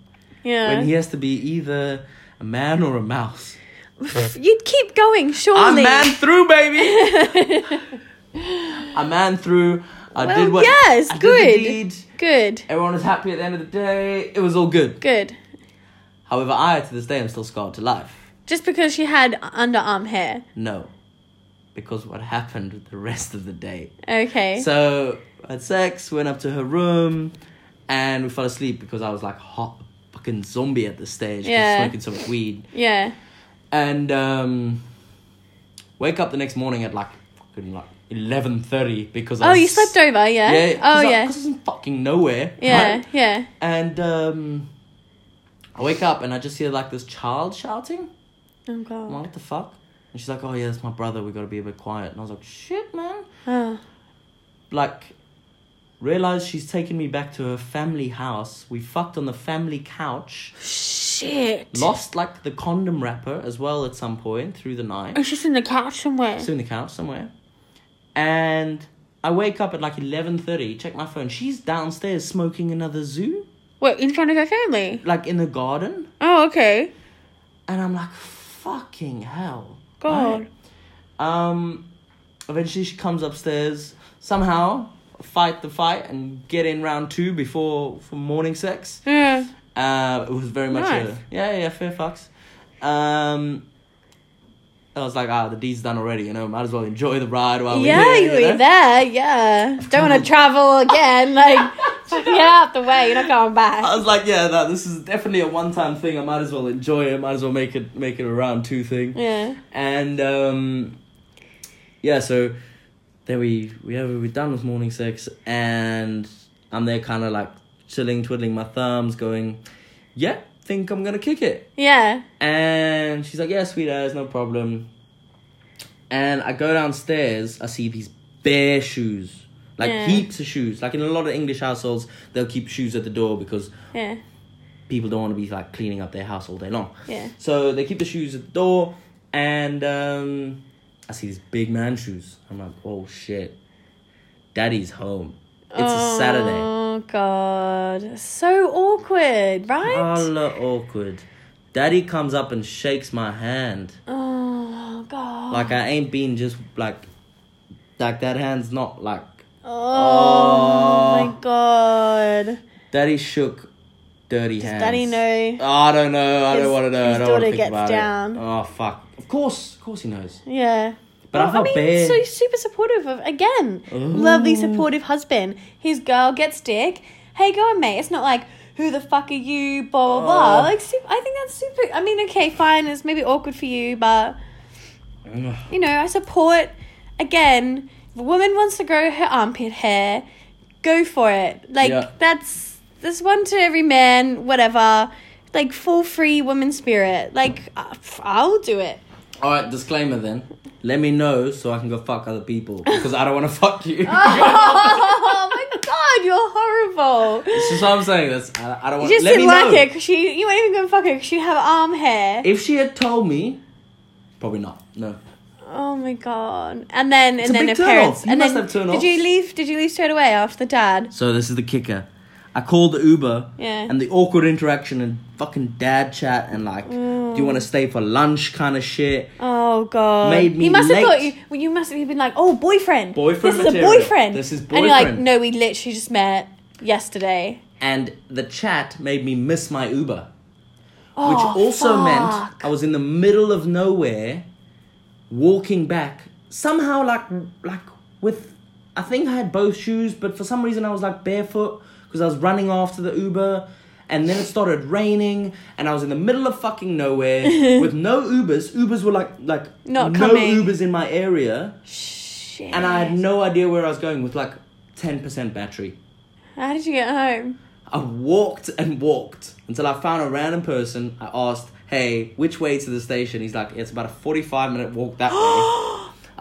[SPEAKER 2] Yeah.
[SPEAKER 1] when he has to be either a man or a mouse.
[SPEAKER 2] You'd keep going,
[SPEAKER 1] I
[SPEAKER 2] surely.
[SPEAKER 1] man through,
[SPEAKER 2] *laughs*
[SPEAKER 1] baby. I man through. I
[SPEAKER 2] Well,
[SPEAKER 1] did what.
[SPEAKER 2] yes,
[SPEAKER 1] I did
[SPEAKER 2] good.
[SPEAKER 1] the deed.
[SPEAKER 2] Good.
[SPEAKER 1] Everyone was happy at the end of the day. It was all good.
[SPEAKER 2] Good.
[SPEAKER 1] However, I to this day am still scarred to life.
[SPEAKER 2] Just because she had underarm hair.
[SPEAKER 1] No, because what happened with the rest of the day.
[SPEAKER 2] Okay.
[SPEAKER 1] So I had sex, went up to her room, and we fell asleep because I was like hot fucking zombie at this stage, 'cause
[SPEAKER 2] Yeah.
[SPEAKER 1] smoking so much weed.
[SPEAKER 2] yeah.
[SPEAKER 1] and um, wake up the next morning at like fucking like eleven thirty because I
[SPEAKER 2] Oh,
[SPEAKER 1] was,
[SPEAKER 2] you slept over, yeah?
[SPEAKER 1] Yeah. 'cause
[SPEAKER 2] Oh,
[SPEAKER 1] I,
[SPEAKER 2] yeah.
[SPEAKER 1] 'cause I was in fucking nowhere.
[SPEAKER 2] Yeah,
[SPEAKER 1] right?
[SPEAKER 2] yeah.
[SPEAKER 1] And um, I wake up and I just hear like this child shouting.
[SPEAKER 2] Oh,
[SPEAKER 1] I'm
[SPEAKER 2] God.
[SPEAKER 1] like, what the fuck? And she's like, oh yeah, that's my brother. We gotta be a bit quiet. And I was like, shit, man.
[SPEAKER 2] Oh.
[SPEAKER 1] Like. Realize she's taken me back to her family house. We fucked on the family couch.
[SPEAKER 2] Shit.
[SPEAKER 1] Lost like the condom wrapper as well at some point through the night.
[SPEAKER 2] It's just in the couch somewhere.
[SPEAKER 1] It's in the couch somewhere. And I wake up at like eleven thirty, check my phone. She's downstairs smoking another zoo,
[SPEAKER 2] What, in front of her family?
[SPEAKER 1] like in the garden.
[SPEAKER 2] Oh, okay.
[SPEAKER 1] And I'm like, fucking hell.
[SPEAKER 2] God.
[SPEAKER 1] Um eventually she comes upstairs, somehow fight the fight and get in round two before for morning sex.
[SPEAKER 2] Yeah.
[SPEAKER 1] Uh, it was very much
[SPEAKER 2] Nice.
[SPEAKER 1] a, yeah, yeah, fair fucks. Um, I was like, ah, the deed's done already, you know, might as well enjoy the ride while
[SPEAKER 2] yeah,
[SPEAKER 1] we're here.
[SPEAKER 2] you were
[SPEAKER 1] know?
[SPEAKER 2] there, yeah.
[SPEAKER 1] *laughs*
[SPEAKER 2] Don't want to travel again. Like, *laughs* get out the way. You're not going
[SPEAKER 1] I
[SPEAKER 2] back.
[SPEAKER 1] was like, yeah, no, this is definitely a one-time thing. I might as well enjoy it. Might as well make it make it a round two thing.
[SPEAKER 2] Yeah.
[SPEAKER 1] And um, yeah, so then we we have we're done with morning sex, and I'm there kind of like chilling, twiddling my thumbs, going, yeah, think I'm gonna kick it.
[SPEAKER 2] Yeah.
[SPEAKER 1] And she's like, yeah, sweet ass, no problem. And I go downstairs, I see these bare shoes. Like
[SPEAKER 2] Yeah.
[SPEAKER 1] heaps of shoes. Like in a lot of English households, they'll keep shoes at the door because
[SPEAKER 2] Yeah.
[SPEAKER 1] people don't want to be like cleaning up their house all day long.
[SPEAKER 2] Yeah.
[SPEAKER 1] So they keep the shoes at the door, and um, I see these big man shoes. I'm like, oh shit, daddy's home. It's a Saturday.
[SPEAKER 2] Oh god. So awkward, right?
[SPEAKER 1] Hella awkward. Daddy comes up and shakes my hand.
[SPEAKER 2] Oh god.
[SPEAKER 1] Like I ain't been just like, like that hand's not like.
[SPEAKER 2] oh,
[SPEAKER 1] Oh.
[SPEAKER 2] my god.
[SPEAKER 1] Daddy shook dirty hands.
[SPEAKER 2] Daddy know.
[SPEAKER 1] Oh, I don't know. I
[SPEAKER 2] His-
[SPEAKER 1] don't want to know.
[SPEAKER 2] his
[SPEAKER 1] I don't want to
[SPEAKER 2] daughter
[SPEAKER 1] think
[SPEAKER 2] gets
[SPEAKER 1] about
[SPEAKER 2] down.
[SPEAKER 1] it. Oh fuck! Of course, of course he knows.
[SPEAKER 2] Yeah.
[SPEAKER 1] But I
[SPEAKER 2] Well,
[SPEAKER 1] felt bad.
[SPEAKER 2] mean, so super supportive of again. Lovely supportive husband. His girl gets dick. Hey, go on, mate. It's not like who the fuck are you? Blah blah blah.
[SPEAKER 1] Oh.
[SPEAKER 2] Like, super, I think that's super. I mean, okay, fine. It's maybe awkward for you, but
[SPEAKER 1] Ugh.
[SPEAKER 2] you know, I support again, if a woman wants to grow her armpit hair, go for it. Like
[SPEAKER 1] Yeah.
[SPEAKER 2] that's this one to every man, whatever. Like full free woman spirit. Like I- I'll do it. *laughs*
[SPEAKER 1] All right, disclaimer then. Let me know so I can go fuck other people because I don't want to *laughs* fuck
[SPEAKER 2] *laughs*
[SPEAKER 1] you.
[SPEAKER 2] oh my god, you're horrible.
[SPEAKER 1] This is what I'm saying. That's I, I don't
[SPEAKER 2] You
[SPEAKER 1] want.
[SPEAKER 2] just
[SPEAKER 1] let
[SPEAKER 2] didn't
[SPEAKER 1] me
[SPEAKER 2] like
[SPEAKER 1] know.
[SPEAKER 2] it because she you weren't even gonna fuck her because she have arm hair.
[SPEAKER 1] If she had told me, probably not. No.
[SPEAKER 2] oh my god. And then
[SPEAKER 1] a
[SPEAKER 2] and then
[SPEAKER 1] big
[SPEAKER 2] her
[SPEAKER 1] turn-off.
[SPEAKER 2] parents
[SPEAKER 1] You
[SPEAKER 2] and
[SPEAKER 1] must
[SPEAKER 2] then
[SPEAKER 1] have turn-offs.
[SPEAKER 2] did you leave did you leave straight away after the dad?
[SPEAKER 1] So this is the kicker. I called the Uber
[SPEAKER 2] Yeah.
[SPEAKER 1] and the awkward interaction and fucking dad chat and like, do
[SPEAKER 2] Mm.
[SPEAKER 1] you want to stay for lunch kind of shit.
[SPEAKER 2] Oh god!
[SPEAKER 1] Made me
[SPEAKER 2] He must
[SPEAKER 1] late.
[SPEAKER 2] have thought you. Well, you must have been like, "Oh, boyfriend.
[SPEAKER 1] Boyfriend
[SPEAKER 2] This is
[SPEAKER 1] material.
[SPEAKER 2] a boyfriend.
[SPEAKER 1] This is
[SPEAKER 2] And you're like,
[SPEAKER 1] boyfriend.
[SPEAKER 2] "No, we literally just met yesterday."
[SPEAKER 1] And the chat made me miss my Uber,
[SPEAKER 2] Oh,
[SPEAKER 1] which also meant
[SPEAKER 2] fuck.
[SPEAKER 1] I was in the middle of nowhere, walking back somehow like like with. I think I had both shoes, but for some reason I was like barefoot because I was running after the Uber. And then it started raining, and I was in the middle of fucking
[SPEAKER 2] *laughs*
[SPEAKER 1] nowhere with no Ubers. Ubers were like like
[SPEAKER 2] Not
[SPEAKER 1] no
[SPEAKER 2] coming.
[SPEAKER 1] Ubers in my area.
[SPEAKER 2] Shit.
[SPEAKER 1] and I had no idea where I was going with like 10% battery.
[SPEAKER 2] How did you get home?
[SPEAKER 1] I walked and walked until I found a random person. I asked, hey, which way to the station? He's like, it's about a 45 minute walk
[SPEAKER 2] *gasps*
[SPEAKER 1] that way.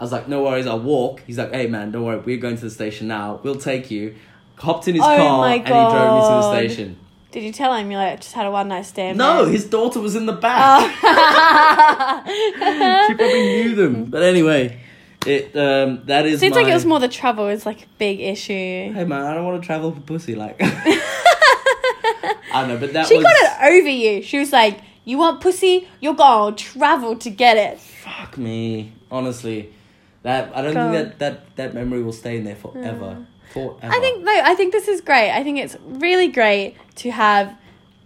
[SPEAKER 1] I was like, no worries, I'll walk. He's like, hey man, don't worry, we're going to the station now. We'll take you. Hopped in his
[SPEAKER 2] Oh
[SPEAKER 1] car
[SPEAKER 2] my
[SPEAKER 1] and he drove me to the
[SPEAKER 2] God.
[SPEAKER 1] station.
[SPEAKER 2] Did you tell him you like just had a one night stand?
[SPEAKER 1] No, *laughs*
[SPEAKER 2] man?
[SPEAKER 1] his daughter was in the back. *laughs*
[SPEAKER 2] Oh.
[SPEAKER 1] she probably knew
[SPEAKER 2] *laughs*
[SPEAKER 1] them. But anyway, it um, that is.
[SPEAKER 2] Seems like
[SPEAKER 1] my-
[SPEAKER 2] it was more the travel is like a big issue.
[SPEAKER 1] Hey man, I don't want to travel for pussy.
[SPEAKER 2] *laughs*
[SPEAKER 1] Like, I know, but that
[SPEAKER 2] She
[SPEAKER 1] was.
[SPEAKER 2] got it over you. She was like, "You want pussy? You're going to travel to get it."
[SPEAKER 1] Fuck me, honestly. That I don't
[SPEAKER 2] God.
[SPEAKER 1] think that, that that memory will stay in there forever. Forever.
[SPEAKER 2] I think no, I think this is great. I think it's really great to have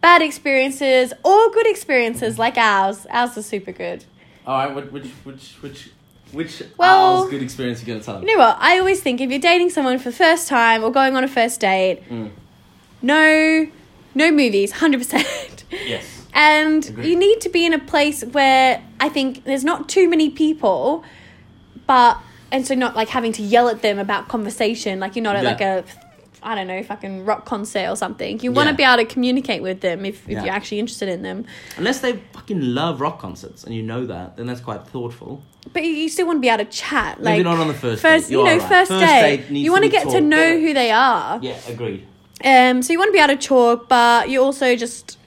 [SPEAKER 2] bad experiences or good experiences like ours. Ours are super good.
[SPEAKER 1] All right, which which which which which
[SPEAKER 2] Well-
[SPEAKER 1] owl's good experience you gonna tell him?
[SPEAKER 2] You know what? I always think if you're dating someone for the first time or going on a first date,
[SPEAKER 1] Mm.
[SPEAKER 2] no, no movies, hundred percent.
[SPEAKER 1] Yes.
[SPEAKER 2] And
[SPEAKER 1] Agreed.
[SPEAKER 2] you need to be in a place where I think there's not too many people, but and so not like having to yell at them about conversation. Like you're not at
[SPEAKER 1] Yeah.
[SPEAKER 2] like a I don't know fucking rock concert or something. You want to
[SPEAKER 1] Yeah.
[SPEAKER 2] be able to communicate with them if, if
[SPEAKER 1] Yeah.
[SPEAKER 2] you're actually interested in them,
[SPEAKER 1] Unless they fucking love rock concerts and you know that, then that's quite thoughtful.
[SPEAKER 2] but you- you still want to be able to chat. Like
[SPEAKER 1] Maybe not on the first
[SPEAKER 2] first,
[SPEAKER 1] date.
[SPEAKER 2] you
[SPEAKER 1] You're
[SPEAKER 2] know,
[SPEAKER 1] right.
[SPEAKER 2] first,
[SPEAKER 1] First
[SPEAKER 2] date.
[SPEAKER 1] date needs
[SPEAKER 2] you
[SPEAKER 1] to
[SPEAKER 2] want to
[SPEAKER 1] be
[SPEAKER 2] get to
[SPEAKER 1] talked.
[SPEAKER 2] know who they are.
[SPEAKER 1] Yeah, agreed.
[SPEAKER 2] Um, so you want to be able to talk, but you also just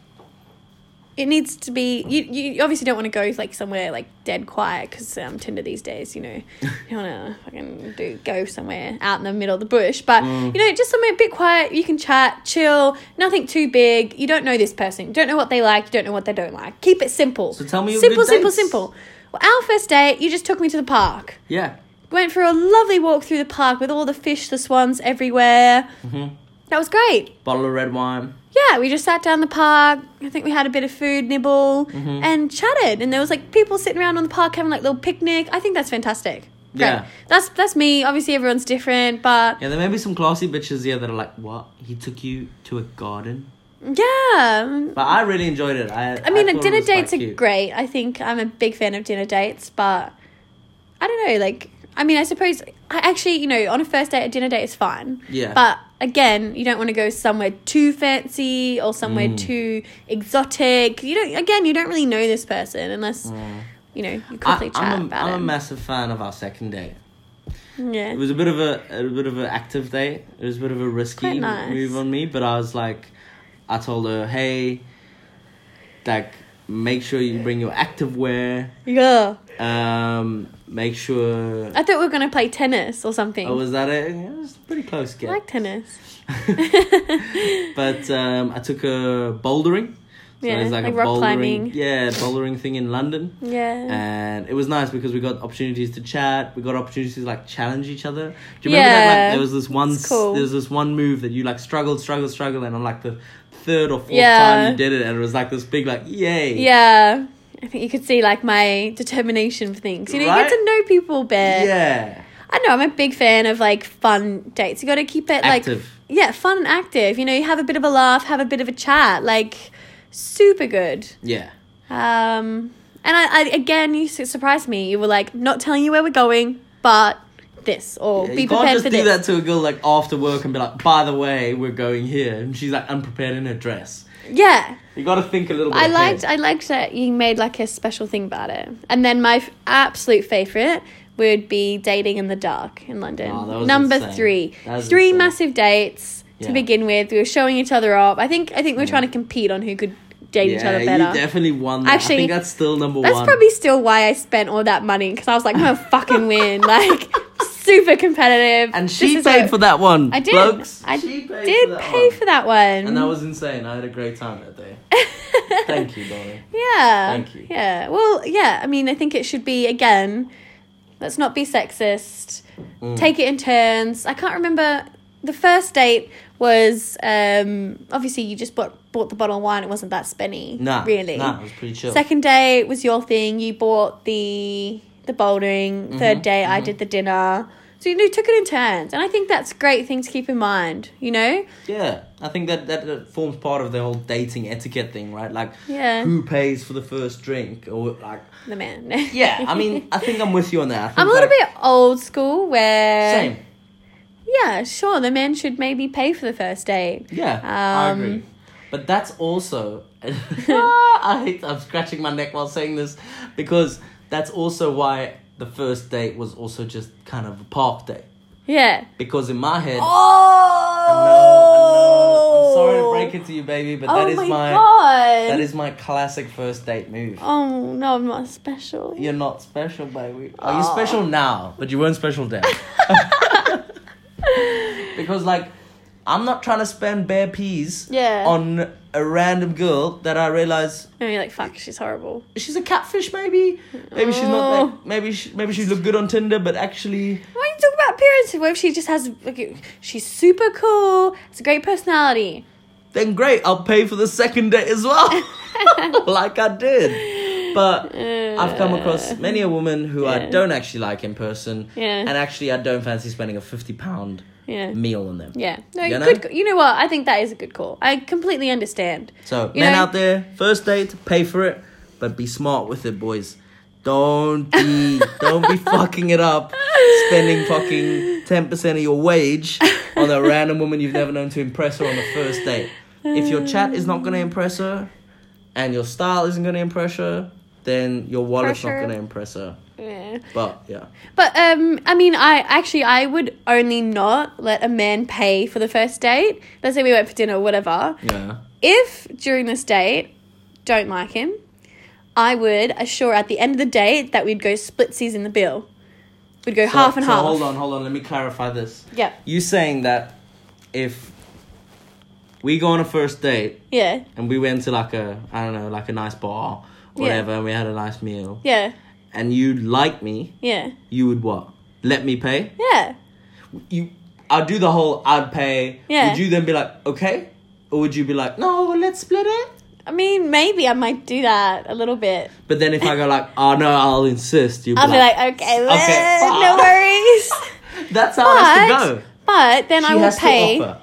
[SPEAKER 2] it needs to be you. You obviously don't want to go like somewhere like dead quiet because um, Tinder these days, you
[SPEAKER 1] *laughs*
[SPEAKER 2] know, you want to fucking do go somewhere out in the middle of the bush, but
[SPEAKER 1] Mm.
[SPEAKER 2] you know, just somewhere a bit quiet. You can chat, chill, nothing too big. You don't know this person, you don't know what they like, you don't know what they don't like. Keep it simple. So
[SPEAKER 1] tell me your
[SPEAKER 2] simple,
[SPEAKER 1] good
[SPEAKER 2] simple,
[SPEAKER 1] dates.
[SPEAKER 2] simple. Well, our first date, you just took me to the park.
[SPEAKER 1] Yeah.
[SPEAKER 2] Went for a lovely walk through the park with all the fish, the swans everywhere.
[SPEAKER 1] Mm-hmm.
[SPEAKER 2] That was great
[SPEAKER 1] Bottle of red wine.
[SPEAKER 2] yeah, we just sat down the park. I think we had a bit of food nibble and chatted. And there was like people sitting around on the park having like little picnic. I think that's fantastic. Great.
[SPEAKER 1] Yeah.
[SPEAKER 2] That's that's me. Obviously everyone's different, but
[SPEAKER 1] Yeah, there may be some classy bitches here that are like, "What? He took you to a garden?"
[SPEAKER 2] yeah.
[SPEAKER 1] But I really enjoyed it. I
[SPEAKER 2] I mean
[SPEAKER 1] I thought it
[SPEAKER 2] dinner
[SPEAKER 1] was quite
[SPEAKER 2] dates are
[SPEAKER 1] cute.
[SPEAKER 2] great. I think I'm a big fan of dinner dates, but I don't know, like I mean I suppose I actually, you know, on a first date a dinner date is fine.
[SPEAKER 1] Yeah.
[SPEAKER 2] But again, you don't want to go somewhere too fancy or somewhere
[SPEAKER 1] Mm.
[SPEAKER 2] too exotic. You don't again, you don't really know this person unless you know, you quickly chat
[SPEAKER 1] Mm. I'm, a,
[SPEAKER 2] about
[SPEAKER 1] I'm a
[SPEAKER 2] it.
[SPEAKER 1] massive fan of our second date.
[SPEAKER 2] yeah.
[SPEAKER 1] It was a bit of a, a bit of an active date. It was a bit of a risky
[SPEAKER 2] Quite nice.
[SPEAKER 1] move on me, but I was like, I told her, hey, like, make sure you bring your active wear.
[SPEAKER 2] yeah.
[SPEAKER 1] Um, make sure.
[SPEAKER 2] I thought we were gonna play tennis or something.
[SPEAKER 1] Oh, was that it? Yeah, it was a pretty close
[SPEAKER 2] I
[SPEAKER 1] get.
[SPEAKER 2] like *laughs* tennis.
[SPEAKER 1] *laughs* but um, I took a bouldering. So
[SPEAKER 2] Yeah,
[SPEAKER 1] there's like,
[SPEAKER 2] like
[SPEAKER 1] a
[SPEAKER 2] rock
[SPEAKER 1] bouldering,
[SPEAKER 2] climbing.
[SPEAKER 1] yeah, bouldering thing in London. Uh,
[SPEAKER 2] Yeah.
[SPEAKER 1] and it was nice because we got opportunities to chat. We got opportunities to like challenge each other. Do you remember that?
[SPEAKER 2] Yeah.
[SPEAKER 1] Like, there was this one.
[SPEAKER 2] It's cool.
[SPEAKER 1] There was this one move that you like struggled, struggled, struggled, and on like the third or fourth
[SPEAKER 2] Yeah.
[SPEAKER 1] time you did it, and it was like this big like yay.
[SPEAKER 2] yeah. I think you could see like my determination for things. You know, you get
[SPEAKER 1] Right?
[SPEAKER 2] to know people better.
[SPEAKER 1] Yeah.
[SPEAKER 2] I know I'm a big fan of like fun dates. You got to keep it like
[SPEAKER 1] Active.
[SPEAKER 2] yeah, fun and active. You know, you have a bit of a laugh, have a bit of a chat. Like super good.
[SPEAKER 1] Yeah.
[SPEAKER 2] Um, and I, I again, you su- surprised me. You were like not telling you where we're going, but this or be
[SPEAKER 1] you
[SPEAKER 2] prepared
[SPEAKER 1] can't just
[SPEAKER 2] for
[SPEAKER 1] do
[SPEAKER 2] this.
[SPEAKER 1] that to a girl like after work and be like, by the way, we're going here, and she's like unprepared in her dress.
[SPEAKER 2] Yeah,
[SPEAKER 1] You got to think a little bit.
[SPEAKER 2] I
[SPEAKER 1] ahead.
[SPEAKER 2] liked. I liked that you made like a special thing about it. And then my f- absolute favorite would be dating in the dark in London.
[SPEAKER 1] Oh, that was
[SPEAKER 2] Number
[SPEAKER 1] insane.
[SPEAKER 2] three,
[SPEAKER 1] That was
[SPEAKER 2] three
[SPEAKER 1] insane.
[SPEAKER 2] massive dates to
[SPEAKER 1] Yeah.
[SPEAKER 2] begin with. We were showing each other up. I think. I think we were trying to compete on who could date each
[SPEAKER 1] Yeah,
[SPEAKER 2] other
[SPEAKER 1] you
[SPEAKER 2] better.
[SPEAKER 1] definitely won. That.
[SPEAKER 2] Actually,
[SPEAKER 1] I think that's still number
[SPEAKER 2] That's
[SPEAKER 1] one.
[SPEAKER 2] probably still why I spent all that money because I was like, I'm gonna fucking
[SPEAKER 1] *laughs*
[SPEAKER 2] win. Like, super competitive.
[SPEAKER 1] and
[SPEAKER 2] This
[SPEAKER 1] she
[SPEAKER 2] is
[SPEAKER 1] paid
[SPEAKER 2] it.
[SPEAKER 1] for that one.
[SPEAKER 2] I did.
[SPEAKER 1] blokes.
[SPEAKER 2] I
[SPEAKER 1] She paid for
[SPEAKER 2] did
[SPEAKER 1] that
[SPEAKER 2] pay
[SPEAKER 1] one.
[SPEAKER 2] for that one.
[SPEAKER 1] And that was insane. I had a great time that day.
[SPEAKER 2] *laughs*
[SPEAKER 1] Thank you, darling.
[SPEAKER 2] yeah.
[SPEAKER 1] Thank you.
[SPEAKER 2] Yeah. Well, yeah. I mean, I think it should be again. Let's not be sexist.
[SPEAKER 1] Mm.
[SPEAKER 2] Take it in turns. I can't remember. The first date was um, obviously you just bought bought the bottle of wine. It wasn't that spenny,
[SPEAKER 1] Nah,
[SPEAKER 2] really.
[SPEAKER 1] Nah, it was pretty chill.
[SPEAKER 2] Second day was your thing. You bought the the bouldering.
[SPEAKER 1] Mm-hmm,
[SPEAKER 2] Third day, I did the dinner. So you know, you took it in turns, and I think that's a great thing to keep in mind. You know,
[SPEAKER 1] yeah, I think that, that that forms part of the whole dating etiquette thing, right? Like,
[SPEAKER 2] Yeah.
[SPEAKER 1] who pays for the first drink, or like,
[SPEAKER 2] the man.
[SPEAKER 1] yeah. *laughs* I mean,
[SPEAKER 2] *laughs*
[SPEAKER 1] I think I'm with you on that. I think,
[SPEAKER 2] I'm a little
[SPEAKER 1] like,
[SPEAKER 2] bit old school. Where
[SPEAKER 1] same.
[SPEAKER 2] Yeah, sure. The man should maybe pay for the first date.
[SPEAKER 1] Yeah, I
[SPEAKER 2] Um,
[SPEAKER 1] agree. But that's also
[SPEAKER 2] *laughs*
[SPEAKER 1] *laughs* I hate I'm scratching my neck while saying this because that's also why the first date was also just kind of a park day.
[SPEAKER 2] Yeah.
[SPEAKER 1] Because in my head
[SPEAKER 2] Oh.
[SPEAKER 1] I know, I know, I'm sorry to break it to you, baby, but that is my,
[SPEAKER 2] Oh god.
[SPEAKER 1] that is my classic first date move.
[SPEAKER 2] Oh no, I'm not special.
[SPEAKER 1] You're not special, baby. Are
[SPEAKER 2] Aw.
[SPEAKER 1] you special now? But you weren't special
[SPEAKER 2] *laughs*
[SPEAKER 1] then. *laughs* because like, I'm not trying to spend bare peas
[SPEAKER 2] Yeah.
[SPEAKER 1] on a random girl that I realize
[SPEAKER 2] And you're like, fuck, she's horrible.
[SPEAKER 1] she's a catfish. Maybe, maybe she's not.
[SPEAKER 2] Oh.
[SPEAKER 1] That, maybe she, maybe she looked good on Tinder, but actually,
[SPEAKER 2] Why are you talking about appearances? What if she just has like she's super cool, has a great personality?
[SPEAKER 1] then great, I'll pay for the second date as
[SPEAKER 2] *laughs*
[SPEAKER 1] well, like I did. But I've come across many a woman who I
[SPEAKER 2] Uh, Yeah.
[SPEAKER 1] don't actually like in person,
[SPEAKER 2] Yeah.
[SPEAKER 1] and actually I don't fancy spending a fifty pound
[SPEAKER 2] Yeah.
[SPEAKER 1] meal on them.
[SPEAKER 2] Yeah. No,
[SPEAKER 1] You
[SPEAKER 2] you
[SPEAKER 1] know?
[SPEAKER 2] good c- you know what? I think that is a good call. I completely understand.
[SPEAKER 1] So
[SPEAKER 2] You
[SPEAKER 1] men
[SPEAKER 2] know-
[SPEAKER 1] out there, first date, pay for it, but be smart with it, boys. Don't
[SPEAKER 2] *laughs*
[SPEAKER 1] be don't be fucking it up, spending fucking ten percent of your wage on a random woman you've never known to impress her on the first date. If your chat is not gonna impress her, and your style isn't gonna impress her, then your wallet's
[SPEAKER 2] Pressure.
[SPEAKER 1] not gonna impress her.
[SPEAKER 2] Yeah.
[SPEAKER 1] But yeah,
[SPEAKER 2] But um I mean I actually I would only not let a man pay for the first date. Let's say we went for dinner or whatever.
[SPEAKER 1] yeah,
[SPEAKER 2] If during this date don't like him, I would assure at the end of the date that we'd go splitsies in the bill. We'd go
[SPEAKER 1] So-
[SPEAKER 2] half and
[SPEAKER 1] so
[SPEAKER 2] half.
[SPEAKER 1] Hold on, hold on. Let me clarify this.
[SPEAKER 2] Yeah.
[SPEAKER 1] You saying that if we go on a first date
[SPEAKER 2] Yeah.
[SPEAKER 1] and we went to like a I don't know like a nice bar or
[SPEAKER 2] Yeah.
[SPEAKER 1] whatever and we had a nice meal
[SPEAKER 2] Yeah.
[SPEAKER 1] and you like me
[SPEAKER 2] Yeah.
[SPEAKER 1] you would what let me pay
[SPEAKER 2] Yeah.
[SPEAKER 1] you I'd do the whole I'd pay
[SPEAKER 2] Yeah.
[SPEAKER 1] would you then be like okay or would you be like no let's split it
[SPEAKER 2] I mean, maybe I might do that a little bit.
[SPEAKER 1] but then if I go like oh no I'll insist you'd be
[SPEAKER 2] I'll be
[SPEAKER 1] like,
[SPEAKER 2] like, okay,
[SPEAKER 1] okay,
[SPEAKER 2] then, no
[SPEAKER 1] bye."
[SPEAKER 2] worries.
[SPEAKER 1] *laughs* that's how it has to
[SPEAKER 2] But-
[SPEAKER 1] go
[SPEAKER 2] But then I
[SPEAKER 1] She
[SPEAKER 2] will
[SPEAKER 1] has to
[SPEAKER 2] pay.
[SPEAKER 1] offer.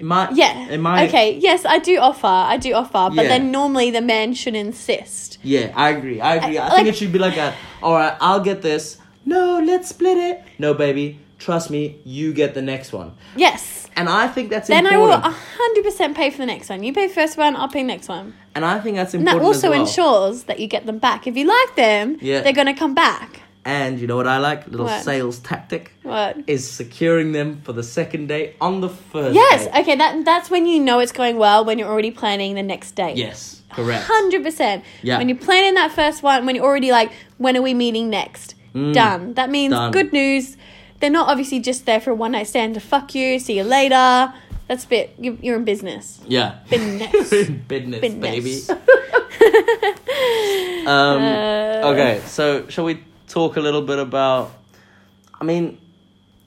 [SPEAKER 1] Am I,
[SPEAKER 2] Yeah.
[SPEAKER 1] am I,
[SPEAKER 2] okay. Yes, I do offer. I do offer. But
[SPEAKER 1] Yeah.
[SPEAKER 2] then normally the man should insist.
[SPEAKER 1] Yeah, I agree. I agree. I,
[SPEAKER 2] I-
[SPEAKER 1] think
[SPEAKER 2] like-
[SPEAKER 1] it should be like a, all right, I'll get this. No, let's split it. No, baby, trust me, you get the next one.
[SPEAKER 2] Yes.
[SPEAKER 1] And I think that's
[SPEAKER 2] Then I will
[SPEAKER 1] important.
[SPEAKER 2] 100% pay for the next one. You pay first one, I'll pay next one.
[SPEAKER 1] And I think that's
[SPEAKER 2] And that
[SPEAKER 1] important.
[SPEAKER 2] also
[SPEAKER 1] as well.
[SPEAKER 2] ensures that you get them back. If you like them,
[SPEAKER 1] Yeah.
[SPEAKER 2] they're going to come back.
[SPEAKER 1] And you know what I like? Little
[SPEAKER 2] What?
[SPEAKER 1] sales tactic
[SPEAKER 2] What?
[SPEAKER 1] is securing them for the second date on the first
[SPEAKER 2] Yes.
[SPEAKER 1] date.
[SPEAKER 2] Okay, that that's when you know it's going well when you're already planning the next date.
[SPEAKER 1] Yes, correct.
[SPEAKER 2] Hundred percent.
[SPEAKER 1] Yeah.
[SPEAKER 2] When you're planning that first one, when you're already like, when are we meeting next? Done. That means
[SPEAKER 1] Mm. Done.
[SPEAKER 2] good news. They're not obviously just there for a one night stand to fuck you, see you later. That's a bit. You, you're in business.
[SPEAKER 1] Yeah. *laughs*
[SPEAKER 2] Business.
[SPEAKER 1] Business, baby. *laughs*
[SPEAKER 2] Business. *laughs*
[SPEAKER 1] Um,
[SPEAKER 2] Uh. *laughs*
[SPEAKER 1] okay, so shall we talk a little bit about? I mean,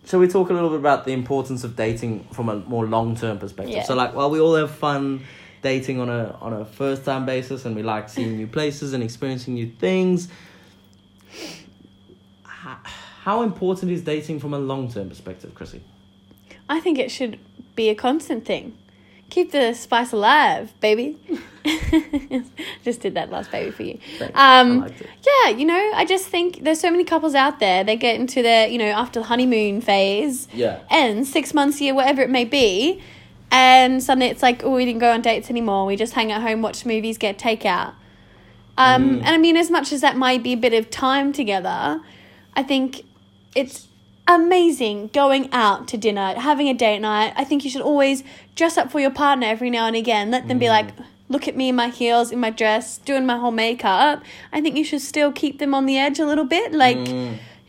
[SPEAKER 1] shall we talk a little bit about the importance of dating from a more long term perspective?
[SPEAKER 2] Yeah.
[SPEAKER 1] So, like, while we all have fun dating on a on a first time basis, and we like seeing new places and experiencing new things, how, how important is dating from a long term perspective, Chrissy?
[SPEAKER 2] I think it should be a constant thing. Keep the spice alive, baby. *laughs* just did that last baby for you.
[SPEAKER 1] Thanks, I
[SPEAKER 2] Um,
[SPEAKER 1] liked it.
[SPEAKER 2] yeah, you know, I just think there's so many couples out there. They get into their, you know, after the honeymoon phase.
[SPEAKER 1] Yeah.
[SPEAKER 2] And six months, year, whatever it may be, and suddenly it's like, oh, we didn't go on dates anymore. We just hang at home, watch movies, get takeout. Um, And I mean, as much as that might be a bit of time together, I think it's amazing going out to dinner, having a date night. I think you should always dress up for your partner every now and again. Let them be like, look at me in my heels, in my dress, doing my whole makeup. I think you should still keep them on the edge a little bit. Like,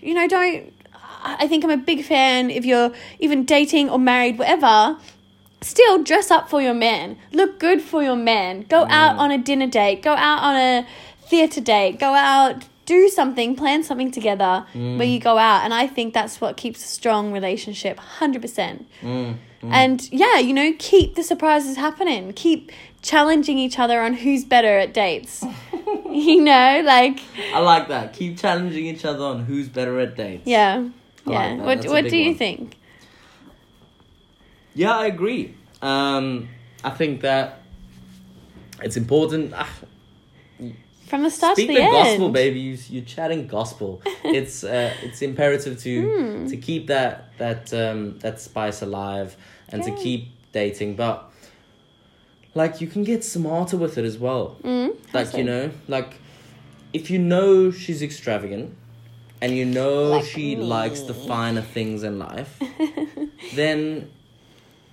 [SPEAKER 2] you know, don't. I I think I'm a big fan if you're even dating or married, whatever. Still dress up for your man. Look good for your man. Go
[SPEAKER 1] Mm.
[SPEAKER 2] out on a dinner date. Go out on a theatre date. Go out, do something, plan something together
[SPEAKER 1] Mm.
[SPEAKER 2] where you go out. And I think that's what keeps a strong relationship 100%.
[SPEAKER 1] Mm.
[SPEAKER 2] And yeah, you know, keep the surprises happening. Keep challenging each other on who's better at
[SPEAKER 1] *laughs*
[SPEAKER 2] dates. you know, like,
[SPEAKER 1] I like that. Keep challenging each other on who's better at dates.
[SPEAKER 2] yeah.
[SPEAKER 1] I like
[SPEAKER 2] Yeah.
[SPEAKER 1] that.
[SPEAKER 2] what
[SPEAKER 1] That's a
[SPEAKER 2] what
[SPEAKER 1] big
[SPEAKER 2] do you
[SPEAKER 1] one.
[SPEAKER 2] think?
[SPEAKER 1] Yeah, I agree. Um, I think that it's important. Ah,
[SPEAKER 2] From the start
[SPEAKER 1] Speak
[SPEAKER 2] to
[SPEAKER 1] the,
[SPEAKER 2] the, end.
[SPEAKER 1] gospel, baby. You, you're chatting
[SPEAKER 2] *laughs*
[SPEAKER 1] gospel. it's uh, it's imperative to
[SPEAKER 2] Hmm.
[SPEAKER 1] to keep that that um, that spice alive and to
[SPEAKER 2] Yeah.
[SPEAKER 1] keep dating. But like you can get smarter with it as well.
[SPEAKER 2] Mm,
[SPEAKER 1] Like you know, like if you know she's extravagant and you know
[SPEAKER 2] Like
[SPEAKER 1] she
[SPEAKER 2] me.
[SPEAKER 1] likes the finer things in
[SPEAKER 2] *laughs*
[SPEAKER 1] life, then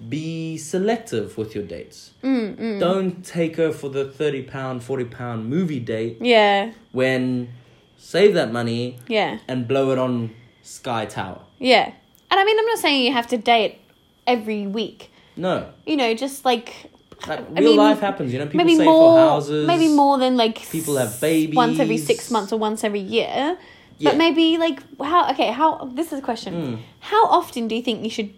[SPEAKER 1] be selective with your dates.
[SPEAKER 2] Mm, mm.
[SPEAKER 1] Don't take her for the 30 pound, 40 pound movie date
[SPEAKER 2] Yeah,
[SPEAKER 1] when save that money
[SPEAKER 2] yeah,
[SPEAKER 1] and blow it on Sky Tower.
[SPEAKER 2] yeah. And I mean, I'm not saying you have to date every week.
[SPEAKER 1] No.
[SPEAKER 2] You know, just like
[SPEAKER 1] Like, real
[SPEAKER 2] I mean,
[SPEAKER 1] life happens, you know, people
[SPEAKER 2] maybe
[SPEAKER 1] save
[SPEAKER 2] more,
[SPEAKER 1] for houses.
[SPEAKER 2] maybe more than like
[SPEAKER 1] People have
[SPEAKER 2] s- once every six
[SPEAKER 1] babies.
[SPEAKER 2] months or once every year.
[SPEAKER 1] Yeah. Hmm.
[SPEAKER 2] But maybe like how? Okay, how? This is a question. How often do you think you should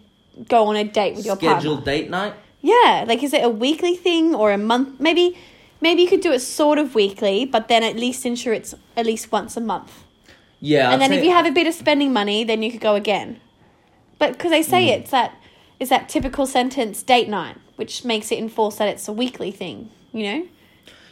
[SPEAKER 2] go on a date with your partner?
[SPEAKER 1] Scheduled date night.
[SPEAKER 2] Yeah, like is it a weekly thing or a month? Maybe, maybe you could do it sort of weekly, but then at least ensure it's at least once a month.
[SPEAKER 1] Yeah.
[SPEAKER 2] and
[SPEAKER 1] I'd
[SPEAKER 2] then if
[SPEAKER 1] say-
[SPEAKER 2] you have a bit of spending money, then you could go again. But because they say
[SPEAKER 1] Hmm.
[SPEAKER 2] it's that it's that typical sentence date night, which makes it enforce that it's a weekly thing. You know,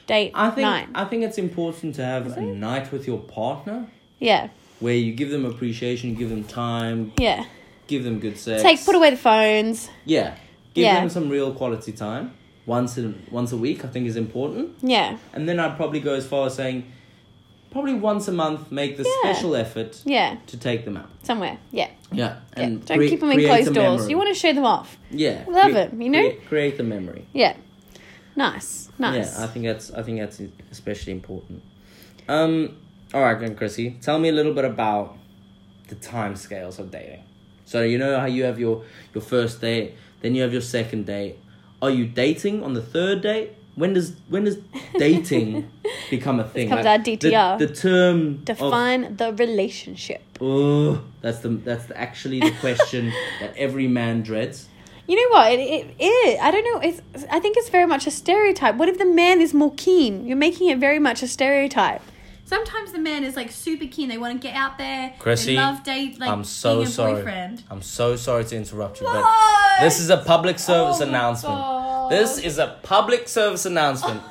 [SPEAKER 2] date
[SPEAKER 1] I think
[SPEAKER 2] night.
[SPEAKER 1] I think it's important to have a night with your partner
[SPEAKER 2] yeah,
[SPEAKER 1] where you give them appreciation, give them time,
[SPEAKER 2] yeah.
[SPEAKER 1] give them good sex.
[SPEAKER 2] Take put away the phones.
[SPEAKER 1] Yeah. Give
[SPEAKER 2] Yeah.
[SPEAKER 1] them some real quality time. Once in, once a week I think is important.
[SPEAKER 2] Yeah,
[SPEAKER 1] And then I'd probably go as far as saying probably once a month make the
[SPEAKER 2] Yeah.
[SPEAKER 1] special effort
[SPEAKER 2] yeah.
[SPEAKER 1] to
[SPEAKER 2] to
[SPEAKER 1] take them out.
[SPEAKER 2] Somewhere. Yeah,
[SPEAKER 1] Yeah.
[SPEAKER 2] yeah.
[SPEAKER 1] And
[SPEAKER 2] Don't
[SPEAKER 1] crea-
[SPEAKER 2] keep them in
[SPEAKER 1] create a
[SPEAKER 2] closed doors.
[SPEAKER 1] memory.
[SPEAKER 2] You want to show them off.
[SPEAKER 1] Yeah.
[SPEAKER 2] Love
[SPEAKER 1] crea-
[SPEAKER 2] it, you know?
[SPEAKER 1] crea- create the memory.
[SPEAKER 2] Yeah. Nice. Nice.
[SPEAKER 1] Yeah, I oh. think that's I think that's especially important. Um, all right, then Chrissy, tell me a little bit about the time scales of dating. So you know how you have your your first date, then you have your second date. Are you dating on the third date? When does when does
[SPEAKER 2] *laughs*
[SPEAKER 1] dating become a thing?
[SPEAKER 2] comes our
[SPEAKER 1] the-
[SPEAKER 2] DTR.
[SPEAKER 1] The, term of,
[SPEAKER 2] Define the relationship.
[SPEAKER 1] oh, that's the that's the, actually the
[SPEAKER 2] *laughs*
[SPEAKER 1] question that every man dreads.
[SPEAKER 2] You know what? It, it, it I don't know. It's I think it's very much a stereotype. What if the man is more keen? You're making it very much a stereotype. Sometimes the man is like super keen. They want to get out there.
[SPEAKER 1] Chrissy, love
[SPEAKER 2] date.
[SPEAKER 1] I'm so sorry. I'm so sorry to interrupt you, but
[SPEAKER 2] What?
[SPEAKER 1] this
[SPEAKER 2] *laughs*
[SPEAKER 1] is a public service
[SPEAKER 2] Oh my
[SPEAKER 1] announcement.
[SPEAKER 2] God.
[SPEAKER 1] This is a public service announcement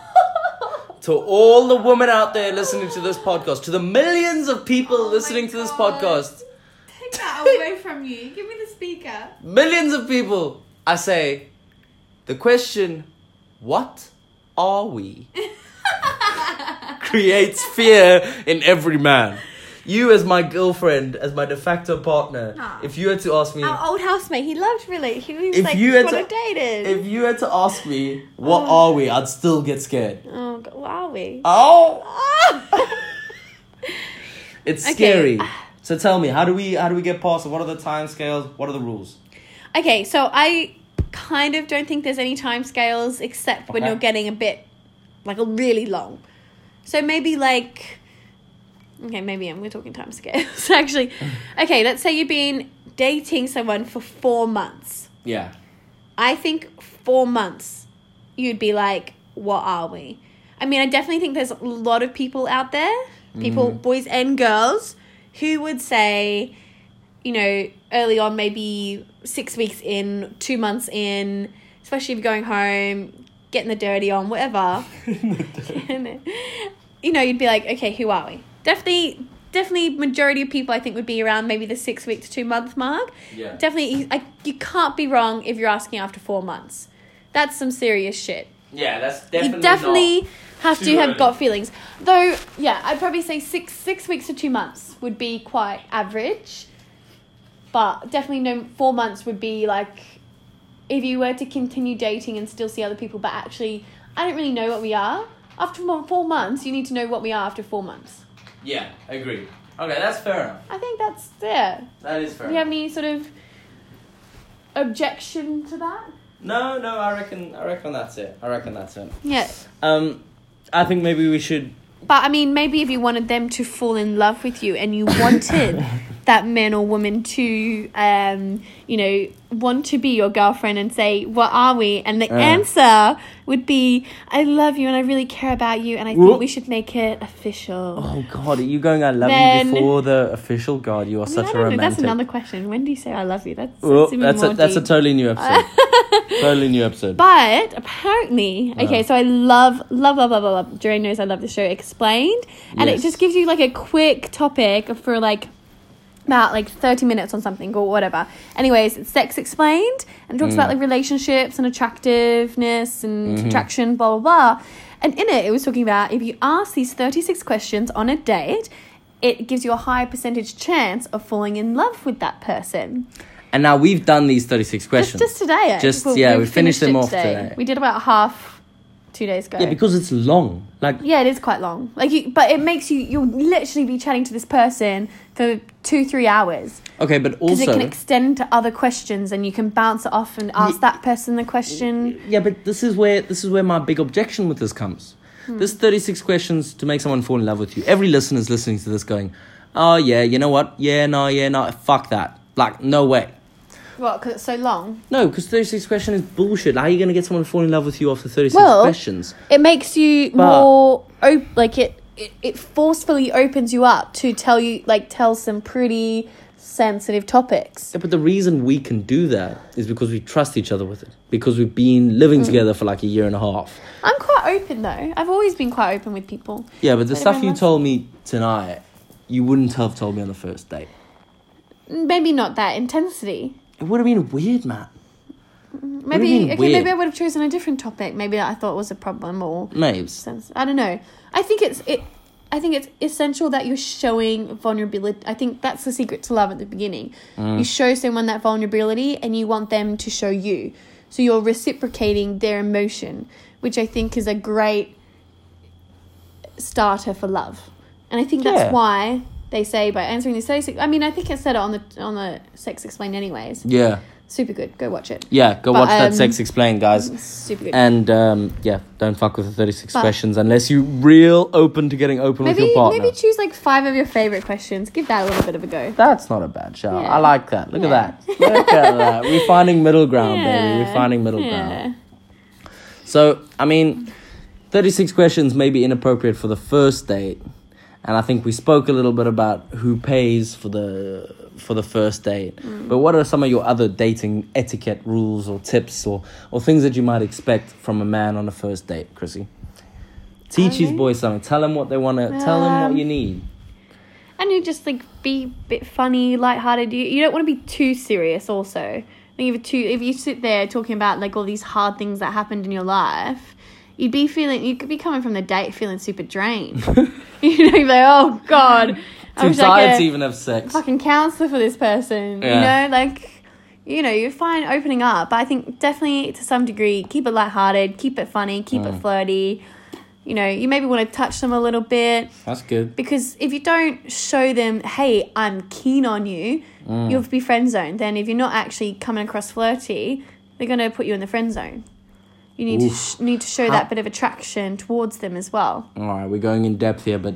[SPEAKER 1] to all the women out there listening to this podcast, to the millions of people
[SPEAKER 3] Oh my
[SPEAKER 1] listening to this
[SPEAKER 3] God.
[SPEAKER 1] podcast,
[SPEAKER 3] Take that away from you. Give me the speaker.
[SPEAKER 1] millions of people. I say, the question, what are
[SPEAKER 2] *laughs*
[SPEAKER 1] we? creates fear in every man. You, as my girlfriend, as my de facto partner,
[SPEAKER 3] Aw.
[SPEAKER 1] if you had to ask me,
[SPEAKER 2] Our old housemate. He loved really. He was
[SPEAKER 1] If
[SPEAKER 2] like,
[SPEAKER 1] you
[SPEAKER 2] you
[SPEAKER 1] had
[SPEAKER 2] want to
[SPEAKER 1] to-
[SPEAKER 2] date it.
[SPEAKER 1] If you had to ask me, what are we? I'd still get scared.
[SPEAKER 2] Oh, God, what are we?
[SPEAKER 1] Oh,
[SPEAKER 2] Ah!
[SPEAKER 1] *laughs*
[SPEAKER 2] *laughs*
[SPEAKER 1] it's
[SPEAKER 2] Okay.
[SPEAKER 1] scary. So tell me, how do we how do we get past it? What are the time scales? What are the rules?
[SPEAKER 2] okay, so I kind of don't think there's any time scales except when
[SPEAKER 1] Okay.
[SPEAKER 2] you're getting a bit like really long. So maybe like okay, maybe I'm we're talking time scales *laughs* actually. Okay, let's say you've been dating someone for four months.
[SPEAKER 1] Yeah.
[SPEAKER 2] I think four months you'd be like, what are we? I mean, I definitely think there's a lot of people out there, people, boys and girls, who would say, you know, early on, maybe six weeks in, two months in, especially if you're going home, getting the dirty on, whatever. *laughs* you know, you'd be like, okay, who are we? Definitely, definitely, majority of people I think would be around maybe the six week to two month mark
[SPEAKER 1] yeah.
[SPEAKER 2] definitely you- like you can't be wrong if you're asking after four months that's some serious shit
[SPEAKER 1] Yeah, that's
[SPEAKER 2] you definitely have to
[SPEAKER 1] too
[SPEAKER 2] have
[SPEAKER 1] early.
[SPEAKER 2] got feelings though yeah i'd probably say six six weeks to two months would be quite average but definitely no four months would be like if you were to continue dating and still see other people but actually i don't really know what we are after mo- four months you need to know what we are after four months
[SPEAKER 1] Yeah, agree. Okay, that's fair enough.
[SPEAKER 2] i think that's there
[SPEAKER 1] That is fair.
[SPEAKER 2] do you have any sort of objection to that
[SPEAKER 1] No, no, I reckon I reckon that's it. I reckon that's it.
[SPEAKER 2] yeah
[SPEAKER 1] Um I think maybe we should
[SPEAKER 2] But I mean, maybe if you wanted them to fall in love with you and
[SPEAKER 1] *laughs*
[SPEAKER 2] you wanted that man or woman to, um, you know, want to be your girlfriend and say, What are we? And the
[SPEAKER 1] Yeah.
[SPEAKER 2] answer would be, I love you and I really care about you and I
[SPEAKER 1] Whoop.
[SPEAKER 2] think we should make it official.
[SPEAKER 1] Oh god, are you going I love
[SPEAKER 2] Then-
[SPEAKER 1] you before the official god? You are
[SPEAKER 2] I mean,
[SPEAKER 1] such
[SPEAKER 2] I
[SPEAKER 1] a
[SPEAKER 2] don't know,
[SPEAKER 1] romantic.
[SPEAKER 2] That's another question. When do you say I love you? That's, that's
[SPEAKER 1] Oh,
[SPEAKER 2] even
[SPEAKER 1] that's
[SPEAKER 2] more
[SPEAKER 1] a that's a
[SPEAKER 2] deep.
[SPEAKER 1] totally new
[SPEAKER 2] *laughs*
[SPEAKER 1] episode. totally new episode.
[SPEAKER 2] But apparently, okay, so I love, love, love, love, love, love. Dre knows I love the show Explained, and
[SPEAKER 1] Yes.
[SPEAKER 2] it just gives you like a quick topic for like about like 30 minutes on something or whatever. Anyways, it's Sex Explained and it talks about like relationships and attractiveness and attraction, blah, blah, blah. And in it, it was talking about if you ask these 36 questions on a date, it gives you a high percentage chance of falling in love with that person.
[SPEAKER 1] And now we've done these 36 questions.
[SPEAKER 2] Just, just today. eh? actually.
[SPEAKER 1] Just- yeah, we finished them
[SPEAKER 2] it
[SPEAKER 1] off today.
[SPEAKER 2] We did about half two days ago.
[SPEAKER 1] yeah, because it's long. Like,
[SPEAKER 2] Yeah, it is quite long. Like, you, but it makes you you'll literally be chatting to this person for two, three hours
[SPEAKER 1] okay, but
[SPEAKER 2] because it
[SPEAKER 1] also.
[SPEAKER 2] can extend to other questions, and you can bounce it off and ask that person the question.
[SPEAKER 1] yeah, but this is where this is where my big objection with this comes.
[SPEAKER 2] Hmm.
[SPEAKER 1] There's 36 questions to make someone fall in love with you. Every listener is listening to this going, oh, yeah, you know what? Yeah, no, yeah, no, fuck that. Like, no way.
[SPEAKER 2] What? Because it's so long.
[SPEAKER 1] No, because 36 question is bullshit. How are you going to get someone to fall in love with you after 36
[SPEAKER 2] Well-
[SPEAKER 1] questions?
[SPEAKER 2] It makes you
[SPEAKER 1] But-
[SPEAKER 2] more op- like it, it. It forcefully opens you up to tell you like tell some pretty sensitive topics.
[SPEAKER 1] Yeah, but the reason we can do that is because we trust each other with it. Because we've been
[SPEAKER 2] Hmm.
[SPEAKER 1] living together for like a year and a half.
[SPEAKER 2] I'm quite open though. I've always been quite open with people.
[SPEAKER 1] Yeah, but the
[SPEAKER 2] But
[SPEAKER 1] stuff
[SPEAKER 2] everyone
[SPEAKER 1] you
[SPEAKER 2] loves-
[SPEAKER 1] told me tonight, you wouldn't have told me on the first date.
[SPEAKER 2] Maybe not that intensity.
[SPEAKER 1] It would have been weird, man. do you
[SPEAKER 2] Maybe
[SPEAKER 1] mean
[SPEAKER 2] okay.
[SPEAKER 1] weird?
[SPEAKER 2] Maybe I would have chosen a different topic. Maybe that I thought was a problem or
[SPEAKER 1] Mabes.
[SPEAKER 2] sense. I don't know. I think it's it. I think it's essential that you're showing vulnerability. I think that's the secret to love at the beginning.
[SPEAKER 1] Mm.
[SPEAKER 2] You show someone that vulnerability, and you want them to show you. So you're reciprocating their emotion, which I think is a great starter for love. And I think that's
[SPEAKER 1] Yeah.
[SPEAKER 2] why they say by answering these thirty-six. I mean, I think it said it on the on the Sex Explained, anyways.
[SPEAKER 1] Yeah.
[SPEAKER 2] Super good. Go watch it.
[SPEAKER 1] Yeah, go
[SPEAKER 2] But,
[SPEAKER 1] watch that
[SPEAKER 2] um,
[SPEAKER 1] Sex Explained, guys.
[SPEAKER 2] Super good.
[SPEAKER 1] And um, yeah, don't fuck with the 36
[SPEAKER 2] But-
[SPEAKER 1] questions unless you're real open to getting open with
[SPEAKER 2] Maybe
[SPEAKER 1] your partner.
[SPEAKER 2] maybe choose like five of your favorite questions. Give that a little bit of a go.
[SPEAKER 1] That's not a bad shout.
[SPEAKER 2] Yeah.
[SPEAKER 1] I like that. Look
[SPEAKER 2] Yeah.
[SPEAKER 1] at that. Look at that. We're finding middle ground, baby.
[SPEAKER 2] Yeah.
[SPEAKER 1] We're finding middle
[SPEAKER 2] Yeah.
[SPEAKER 1] ground. So, I mean, 36 questions may be inappropriate for the first date. And I think we spoke a little bit about who pays for the for the first date.
[SPEAKER 2] Mm.
[SPEAKER 1] But what are some of your other dating etiquette rules or tips or or things that you might expect from a man on a first date, Chrissy? Teach his
[SPEAKER 2] Um,
[SPEAKER 1] boys something. Tell him what they want to. tell him
[SPEAKER 2] um,
[SPEAKER 1] what you need.
[SPEAKER 2] And you just like be a bit funny, lighthearted. You you don't want to be too serious. Also, I think if you're too if you sit there talking about like all these hard things that happened in your life, you'd be feeling you could be coming from the date feeling
[SPEAKER 1] *laughs*
[SPEAKER 2] super drained. *laughs* you know, you'd be like, oh god, I
[SPEAKER 1] Too
[SPEAKER 2] wish I
[SPEAKER 1] tired
[SPEAKER 2] could
[SPEAKER 1] to even have sex.
[SPEAKER 2] fucking counselor for this person.
[SPEAKER 1] Yeah.
[SPEAKER 2] You know, like you know, you're fine opening up, but I think definitely to some degree, keep it lighthearted, keep it funny, keep
[SPEAKER 1] Mm.
[SPEAKER 2] it flirty. You know, you maybe want to touch them a little bit
[SPEAKER 1] That's good.
[SPEAKER 2] because if you don't show them, hey, I'm keen on you,
[SPEAKER 1] Mm.
[SPEAKER 2] you'll be friend zoned. Then if you're not actually coming across flirty, they're gonna put you in the friend zone. You need to
[SPEAKER 1] Oof.
[SPEAKER 2] sh- need to show that bit of attraction towards them as well.
[SPEAKER 1] All right, we're going in depth here, but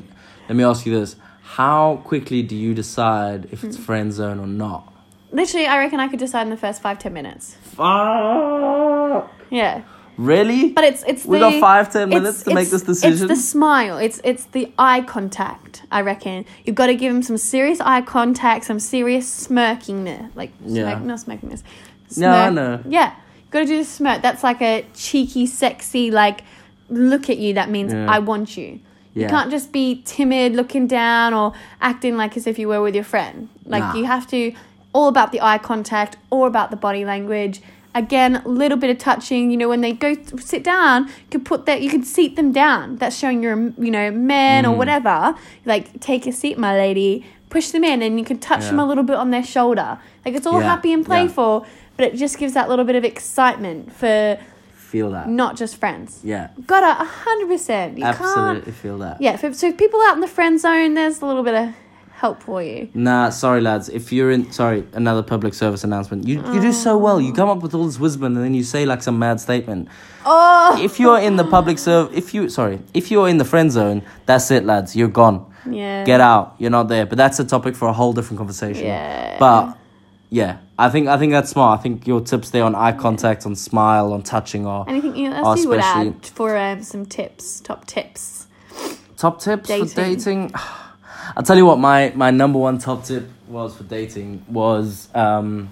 [SPEAKER 1] let me ask you this: How quickly do you decide if
[SPEAKER 2] Mm.
[SPEAKER 1] it's friend zone or not?
[SPEAKER 2] Literally, I reckon I could decide in the first five ten minutes.
[SPEAKER 1] Fuck!
[SPEAKER 2] Yeah.
[SPEAKER 1] Really?
[SPEAKER 2] But it's it's
[SPEAKER 1] We
[SPEAKER 2] the,
[SPEAKER 1] got five, ten
[SPEAKER 2] it's-
[SPEAKER 1] minutes to make
[SPEAKER 2] it's-
[SPEAKER 1] this decision?
[SPEAKER 2] It's the smile. It's it's the eye contact. I reckon you've got to give him some serious eye contact, some serious smirking there, like
[SPEAKER 1] Yeah.
[SPEAKER 2] smirk, not smirkingness. Smirk.
[SPEAKER 1] No, I know.
[SPEAKER 2] Yeah, got to do the smirk. That's like a cheeky, sexy, like look at you. That means
[SPEAKER 1] Yeah.
[SPEAKER 2] I want you. You
[SPEAKER 1] Yeah.
[SPEAKER 2] can't just be timid, looking down, or acting like as if you were with your friend. Like
[SPEAKER 1] Nah.
[SPEAKER 2] you have to, all about the eye contact, all about the body language. Again, a little bit of touching. You know, when they go th- sit down, you could put that. You could seat them down. That's showing you're, a m- you know, man
[SPEAKER 1] Mm.
[SPEAKER 2] or whatever. Like, take a seat, my lady. Push them in, and you can touch them
[SPEAKER 1] Yeah.
[SPEAKER 2] a little bit on their shoulder. Like it's all
[SPEAKER 1] Yeah,
[SPEAKER 2] happy and
[SPEAKER 1] yeah.
[SPEAKER 2] playful, but it just gives that little bit of excitement for
[SPEAKER 1] feel that.
[SPEAKER 2] not just friends.
[SPEAKER 1] Yeah,
[SPEAKER 2] Gotta a hundred percent. You can't.
[SPEAKER 1] absolutely feel that.
[SPEAKER 2] Yeah, if, so if people out in the friend zone, there's a little bit of help for you.
[SPEAKER 1] Nah, sorry lads. If you're in, sorry, another public service announcement. You you do so well. You come up with all this wisdom, and then you say like some mad statement.
[SPEAKER 2] Oh,
[SPEAKER 1] If you're in the public serve, if you sorry, if you're in the friend zone, that's it, lads. You're gone.
[SPEAKER 2] yeah.
[SPEAKER 1] get out you're not there but that's a topic for a whole different conversation
[SPEAKER 2] Yeah.
[SPEAKER 1] but yeah i think i think that's smart i think your tips there on eye contact on smile on touching are
[SPEAKER 2] Anything
[SPEAKER 1] Oh,
[SPEAKER 2] else you would
[SPEAKER 1] especially-
[SPEAKER 2] add for um, some tips, top tips?
[SPEAKER 1] top tips for
[SPEAKER 2] Dating.
[SPEAKER 1] dating *sighs* i'll tell you what my my number one top tip was for dating was um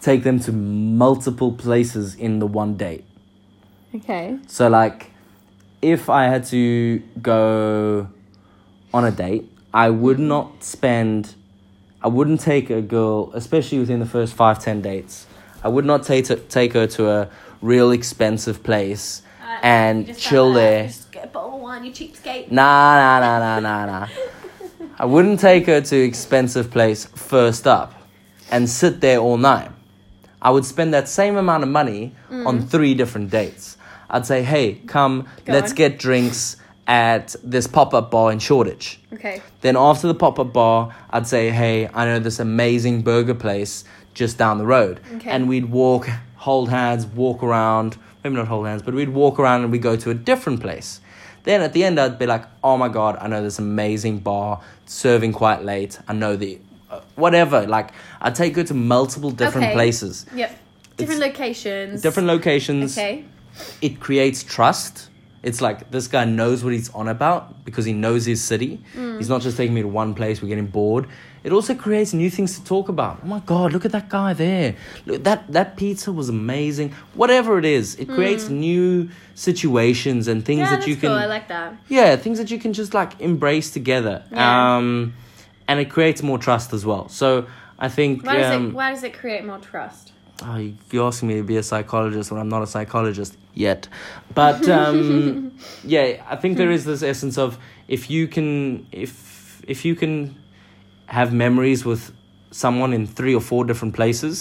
[SPEAKER 1] take them to multiple places in the one date
[SPEAKER 2] Okay.
[SPEAKER 1] So like, if I had to go on a date, I would not spend I wouldn't take a girl, especially within the first five ten dates. I would not take take her to a real expensive place
[SPEAKER 2] Uh,
[SPEAKER 1] and chill there.
[SPEAKER 3] Uh, Just get a bottle of wine, you cheapskate.
[SPEAKER 1] Nah, nah, nah, nah, nah, nah. I wouldn't take her to expensive place first up and sit there all night. I would spend that same amount of money on three different dates. I'd say, hey, come,
[SPEAKER 2] Mm. Go
[SPEAKER 1] let's
[SPEAKER 2] on.
[SPEAKER 1] get drinks at this pop up bar in Shoreditch.
[SPEAKER 2] Okay.
[SPEAKER 1] Then after the pop up bar, I'd say, hey, I know this amazing burger place just down the road.
[SPEAKER 2] Okay.
[SPEAKER 1] And we'd walk, hold hands, walk around. Maybe not hold hands, but we'd walk around and we'd go to a different place. Then at the end, I'd be like, oh my God, I know this amazing bar, it's serving quite late. I know the. uh, Whatever, like I take her to multiple different
[SPEAKER 2] Okay.
[SPEAKER 1] places,
[SPEAKER 2] Yep. Different locations.
[SPEAKER 1] different locations.
[SPEAKER 2] Okay.
[SPEAKER 1] It creates trust. It's like this guy knows what he's on about because he knows his city.
[SPEAKER 2] Mm.
[SPEAKER 1] He's not just taking me to one place, we're getting bored. It also creates new things to talk about. Oh my god, look at that guy there. Look that that pizza was amazing. Whatever it is, it creates new situations and things
[SPEAKER 2] Mm. Yeah,
[SPEAKER 1] that
[SPEAKER 2] that's
[SPEAKER 1] you can
[SPEAKER 2] cool. I like that.
[SPEAKER 1] yeah things that you can just like embrace together
[SPEAKER 2] Yeah.
[SPEAKER 1] um and it creates more trust as well so i think
[SPEAKER 2] Why does
[SPEAKER 1] um,
[SPEAKER 2] it Why does it create more trust?
[SPEAKER 1] oh, you- you're asking me to be a psychologist when i'm not a psychologist yet but
[SPEAKER 2] *laughs*
[SPEAKER 1] um yeah i think there is this essence of if you can if if you can have memories with someone in three or four different places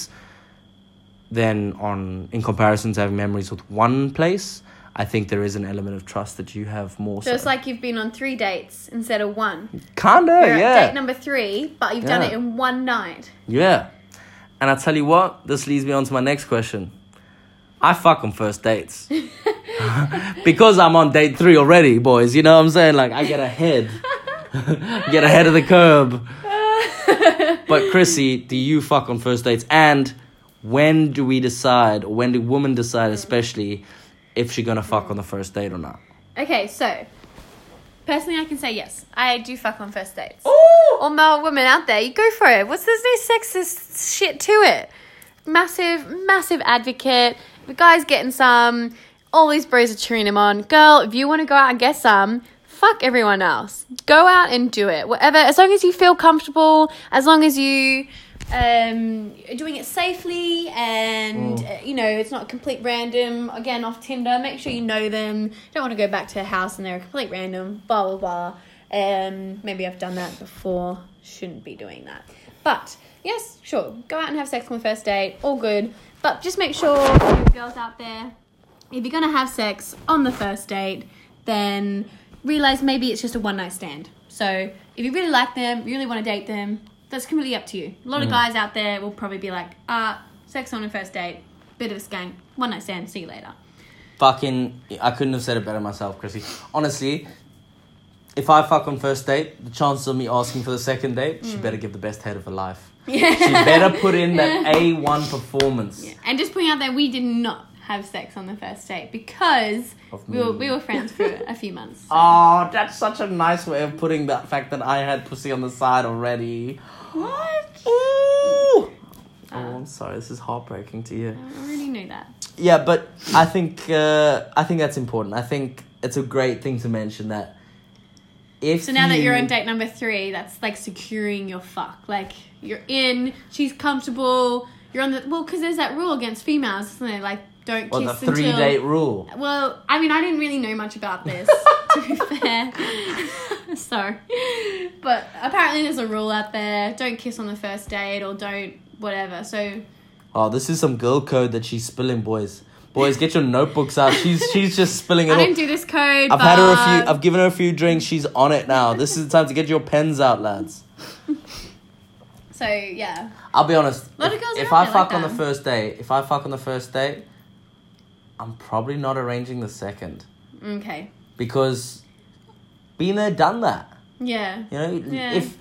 [SPEAKER 1] then on in comparison to having memories with one place i think there is an element of trust that you have more
[SPEAKER 2] So it's like you've been on three dates instead of one.
[SPEAKER 1] Kinda,
[SPEAKER 2] You're at
[SPEAKER 1] Oh, yeah.
[SPEAKER 2] date number three, but you've done
[SPEAKER 1] Yeah.
[SPEAKER 2] it in one night.
[SPEAKER 1] yeah. And I tell you what, this leads me on to my next question. I fuck on first dates. because I'm on date three already, boys. You know what I'm saying? Like, I get ahead. *laughs* get ahead of the curb. But, Chrissy, do you fuck on first dates? And when do we decide, or when do women decide, especially, if she's gonna fuck on the first date or not?
[SPEAKER 2] Okay, so personally, I can say yes. I do fuck on first dates.
[SPEAKER 1] Ooh!
[SPEAKER 2] All male women out there, you go for it. What's there's no sexist shit to it. Massive, massive advocate. The guy's getting some. All these bros are cheering him on. Girl, if you want to go out and get some, fuck everyone else. Go out and do it. Whatever. As long as you feel comfortable. As long as you. Um, are doing it safely, and uh, you know it's not complete random. Again, off Tinder, make sure you know them. Don't want to go back to a house and they're a complete random. Blah blah blah. Um, maybe I've done that before. Shouldn't be doing that. But yes, sure, go out and have sex on the first date. All good. But just make sure, you girls out there, if you're gonna have sex on the first date, then realize maybe it's just a one night stand. So if you really like them, you really want to date them, that's completely up to you. A
[SPEAKER 1] Mm.
[SPEAKER 2] lot of guys out there will probably be like, ah, sex on a first date, bit of a skank, one night stand, see you later.
[SPEAKER 1] Fucking, I couldn't have said it better myself, Chrissy. Honestly, if I fuck on first date, the chances of me asking for the second date,
[SPEAKER 2] Mm.
[SPEAKER 1] she better give the best head of her
[SPEAKER 2] *laughs*
[SPEAKER 1] life. She better put in that A1 performance.
[SPEAKER 2] And just putting out there, we did not have sex on the first date because
[SPEAKER 1] Of
[SPEAKER 2] we were,
[SPEAKER 1] me.
[SPEAKER 2] we were friends for
[SPEAKER 1] *laughs*
[SPEAKER 2] a few months.
[SPEAKER 1] Oh, that's such a nice way of putting the fact that I had pussy on the side already.
[SPEAKER 2] What? Ah.
[SPEAKER 1] Ooh! Oh, I'm sorry. This is heartbreaking to you.
[SPEAKER 2] I already knew that.
[SPEAKER 1] Yeah, but I think uh, I think that's important. I think it's a great thing to mention that if
[SPEAKER 2] So now that you're
[SPEAKER 1] you-
[SPEAKER 2] on date number three, that's like securing your fuck. Like you're in, she's comfortable. You're on the well, because there's that rule against females, isn't there? Like don't
[SPEAKER 1] well, the
[SPEAKER 2] kiss
[SPEAKER 1] three
[SPEAKER 2] until.
[SPEAKER 1] date rule.
[SPEAKER 2] Well, I mean, I didn't really know much about
[SPEAKER 1] *laughs*
[SPEAKER 2] this, to be fair. *laughs* Sorry, but apparently there's a rule out there: don't kiss on the first date or don't whatever. So
[SPEAKER 1] Oh, this is some girl code that she's spilling, boys. Boys, get your notebooks out.
[SPEAKER 2] *laughs*
[SPEAKER 1] She's she's just spilling it.
[SPEAKER 2] I
[SPEAKER 1] all.
[SPEAKER 2] don't do this
[SPEAKER 1] I've
[SPEAKER 2] code. but
[SPEAKER 1] had her a few. I've given her a few drinks. She's on it now. This is the time to get your pens out, lads.
[SPEAKER 2] so yeah,
[SPEAKER 1] I'll be honest.
[SPEAKER 2] A lot of
[SPEAKER 1] if-
[SPEAKER 2] girls
[SPEAKER 1] if
[SPEAKER 2] are
[SPEAKER 1] I
[SPEAKER 2] out there like
[SPEAKER 1] fuck on the
[SPEAKER 2] that.
[SPEAKER 1] first day, if I fuck on the first day, I'm probably not arranging the second
[SPEAKER 2] okay,
[SPEAKER 1] because been there, done that.
[SPEAKER 2] yeah.
[SPEAKER 1] You know,
[SPEAKER 2] Yeah.
[SPEAKER 1] if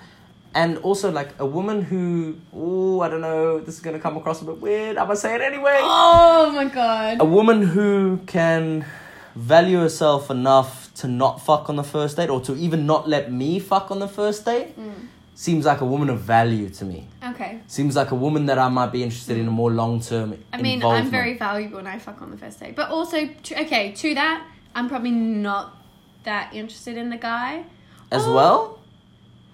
[SPEAKER 1] and also like a woman who, oh, I don't know, this is gonna come across a bit weird. I'm gonna say it anyway.
[SPEAKER 2] Oh my god.
[SPEAKER 1] a woman who can value herself enough to not fuck on the first date or to even not let me fuck on the first date
[SPEAKER 2] Mm.
[SPEAKER 1] seems like a woman of value to me
[SPEAKER 2] Okay.
[SPEAKER 1] seems like a woman that i might be interested in a more long-term
[SPEAKER 2] I mean,
[SPEAKER 1] involvement.
[SPEAKER 2] I'm very valuable and I fuck on the first date. But also, to, okay, to that, I'm probably not that interested in the guy.
[SPEAKER 1] as
[SPEAKER 2] Oh.
[SPEAKER 1] well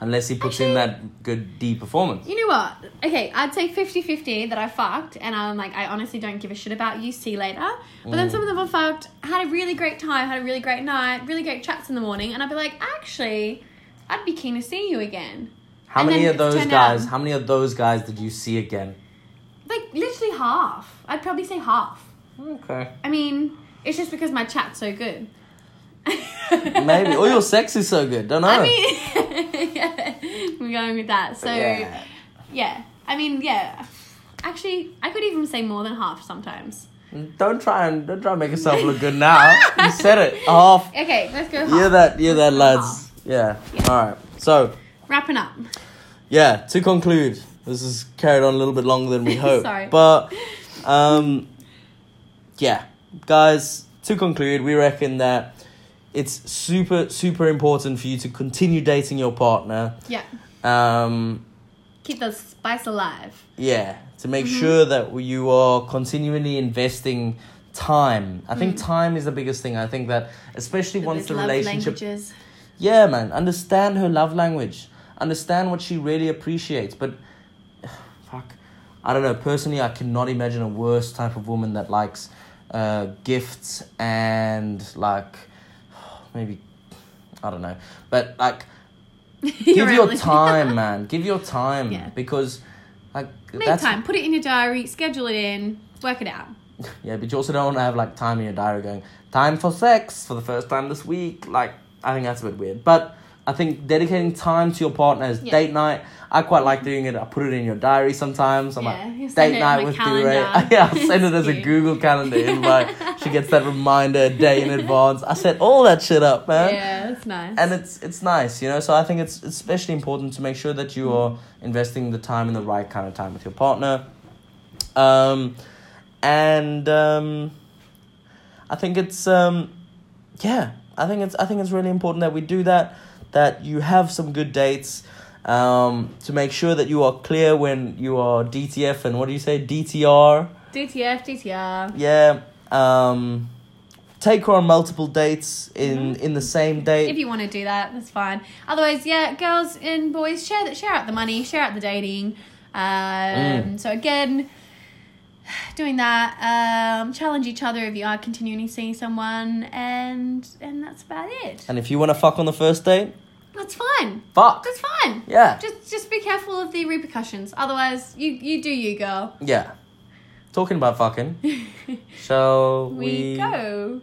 [SPEAKER 1] unless he puts in that good D performance.
[SPEAKER 2] You know what? Okay, I'd say 50 50 that I fucked, and I'm like, I honestly don't give a shit about you. See you later. But
[SPEAKER 1] Mm.
[SPEAKER 2] then some of them I fucked, had a really great time, had a really great night, really great chats in the morning, and I'd be like, actually, I'd be keen to see you again.
[SPEAKER 1] How
[SPEAKER 2] and
[SPEAKER 1] many of
[SPEAKER 2] then it's
[SPEAKER 1] those
[SPEAKER 2] turned
[SPEAKER 1] guys?
[SPEAKER 2] out-
[SPEAKER 1] How many of those guys did you see again?
[SPEAKER 2] Like, literally half. I'd probably say half.
[SPEAKER 1] Okay,
[SPEAKER 2] I mean, it's just because my chat's so good. *laughs*
[SPEAKER 1] maybe. or your sex is so good. Don't know.
[SPEAKER 2] I mean, *laughs* yeah, we're going with that. So,
[SPEAKER 1] Yeah.
[SPEAKER 2] yeah. I mean, yeah. Actually, I could even say more than half sometimes.
[SPEAKER 1] Don't try and don't try and make yourself look good now. you said
[SPEAKER 2] *laughs*
[SPEAKER 1] it. Half.
[SPEAKER 2] Okay, let's go. Half.
[SPEAKER 1] You're that. You're that, lads.
[SPEAKER 2] Half.
[SPEAKER 1] Yeah. All right. So
[SPEAKER 2] Wrapping up.
[SPEAKER 1] yeah. To conclude, this is carried on a little bit longer than we hoped.
[SPEAKER 2] Sorry.
[SPEAKER 1] But um, yeah, guys. To conclude, we reckon that it's super super important for you to continue dating your partner.
[SPEAKER 2] Yeah.
[SPEAKER 1] Um,
[SPEAKER 2] Keep the spice alive.
[SPEAKER 1] Yeah, to make sure that you are continually investing time. I think time is the biggest thing. I think that especially once
[SPEAKER 2] Those
[SPEAKER 1] the
[SPEAKER 2] love
[SPEAKER 1] relationship
[SPEAKER 2] languages.
[SPEAKER 1] Yeah, man, understand her love language. Understand what she really appreciates, but *sighs* fuck. I don't know. Personally, I cannot imagine a worse type of woman that likes uh, gifts and like *sighs* maybe I don't know. But like give
[SPEAKER 2] *laughs* You're
[SPEAKER 1] your
[SPEAKER 2] right.
[SPEAKER 1] time, man. Give your time
[SPEAKER 2] Yeah.
[SPEAKER 1] because like
[SPEAKER 2] *laughs* Make time. Put it in your diary. Schedule it in. Work it out.
[SPEAKER 1] Yeah, but you also don't want to have like time in your diary going time for sex for the first time this week. Like, I think that's a bit weird. But I think dedicating time to your partner is
[SPEAKER 2] Yeah.
[SPEAKER 1] date night. I quite like doing it. I put it in your diary sometimes. I'm
[SPEAKER 2] Yeah, you
[SPEAKER 1] like
[SPEAKER 2] send it
[SPEAKER 1] date
[SPEAKER 2] in
[SPEAKER 1] night
[SPEAKER 2] my
[SPEAKER 1] with
[SPEAKER 2] calendar.
[SPEAKER 1] *laughs* Duray. yeah, I'll send it as
[SPEAKER 2] *laughs*
[SPEAKER 1] a
[SPEAKER 2] Cute.
[SPEAKER 1] Google calendar invite. she gets
[SPEAKER 2] *laughs*
[SPEAKER 1] that reminder a day in advance. I set all that shit up, man
[SPEAKER 2] Yeah, that's nice.
[SPEAKER 1] and it's it's nice, you know. So I think it's it's especially important to make sure that you are investing the time in the right kind of time with your partner. Um, and um, I think it's um, yeah, I think it's I think it's really important that we do that. That you have some good dates. Um, to make sure that you are clear when you are DTF and what do you say DTR?
[SPEAKER 2] DTF, DTR.
[SPEAKER 1] Yeah. Um, take her on multiple dates in in the same date.
[SPEAKER 2] If you want to do that, that's fine. Otherwise, yeah, girls and boys share that share out the money, share out the dating. Um,
[SPEAKER 1] Mm.
[SPEAKER 2] So again, *sighs* doing that, um, challenge each other if you are continuing seeing someone, and and that's about it.
[SPEAKER 1] And if you want to fuck on the first date,
[SPEAKER 2] That's fine.
[SPEAKER 1] fuck.
[SPEAKER 2] That's fine.
[SPEAKER 1] Yeah.
[SPEAKER 2] Just just be careful of the repercussions. Otherwise, you you do you, girl. *laughs*
[SPEAKER 1] Yeah. Talking about fucking. Shall
[SPEAKER 2] We
[SPEAKER 1] we?
[SPEAKER 2] go.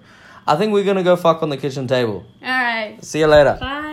[SPEAKER 1] I think we're gonna go fuck on the kitchen table.
[SPEAKER 2] All right.
[SPEAKER 1] See you later.
[SPEAKER 2] Bye.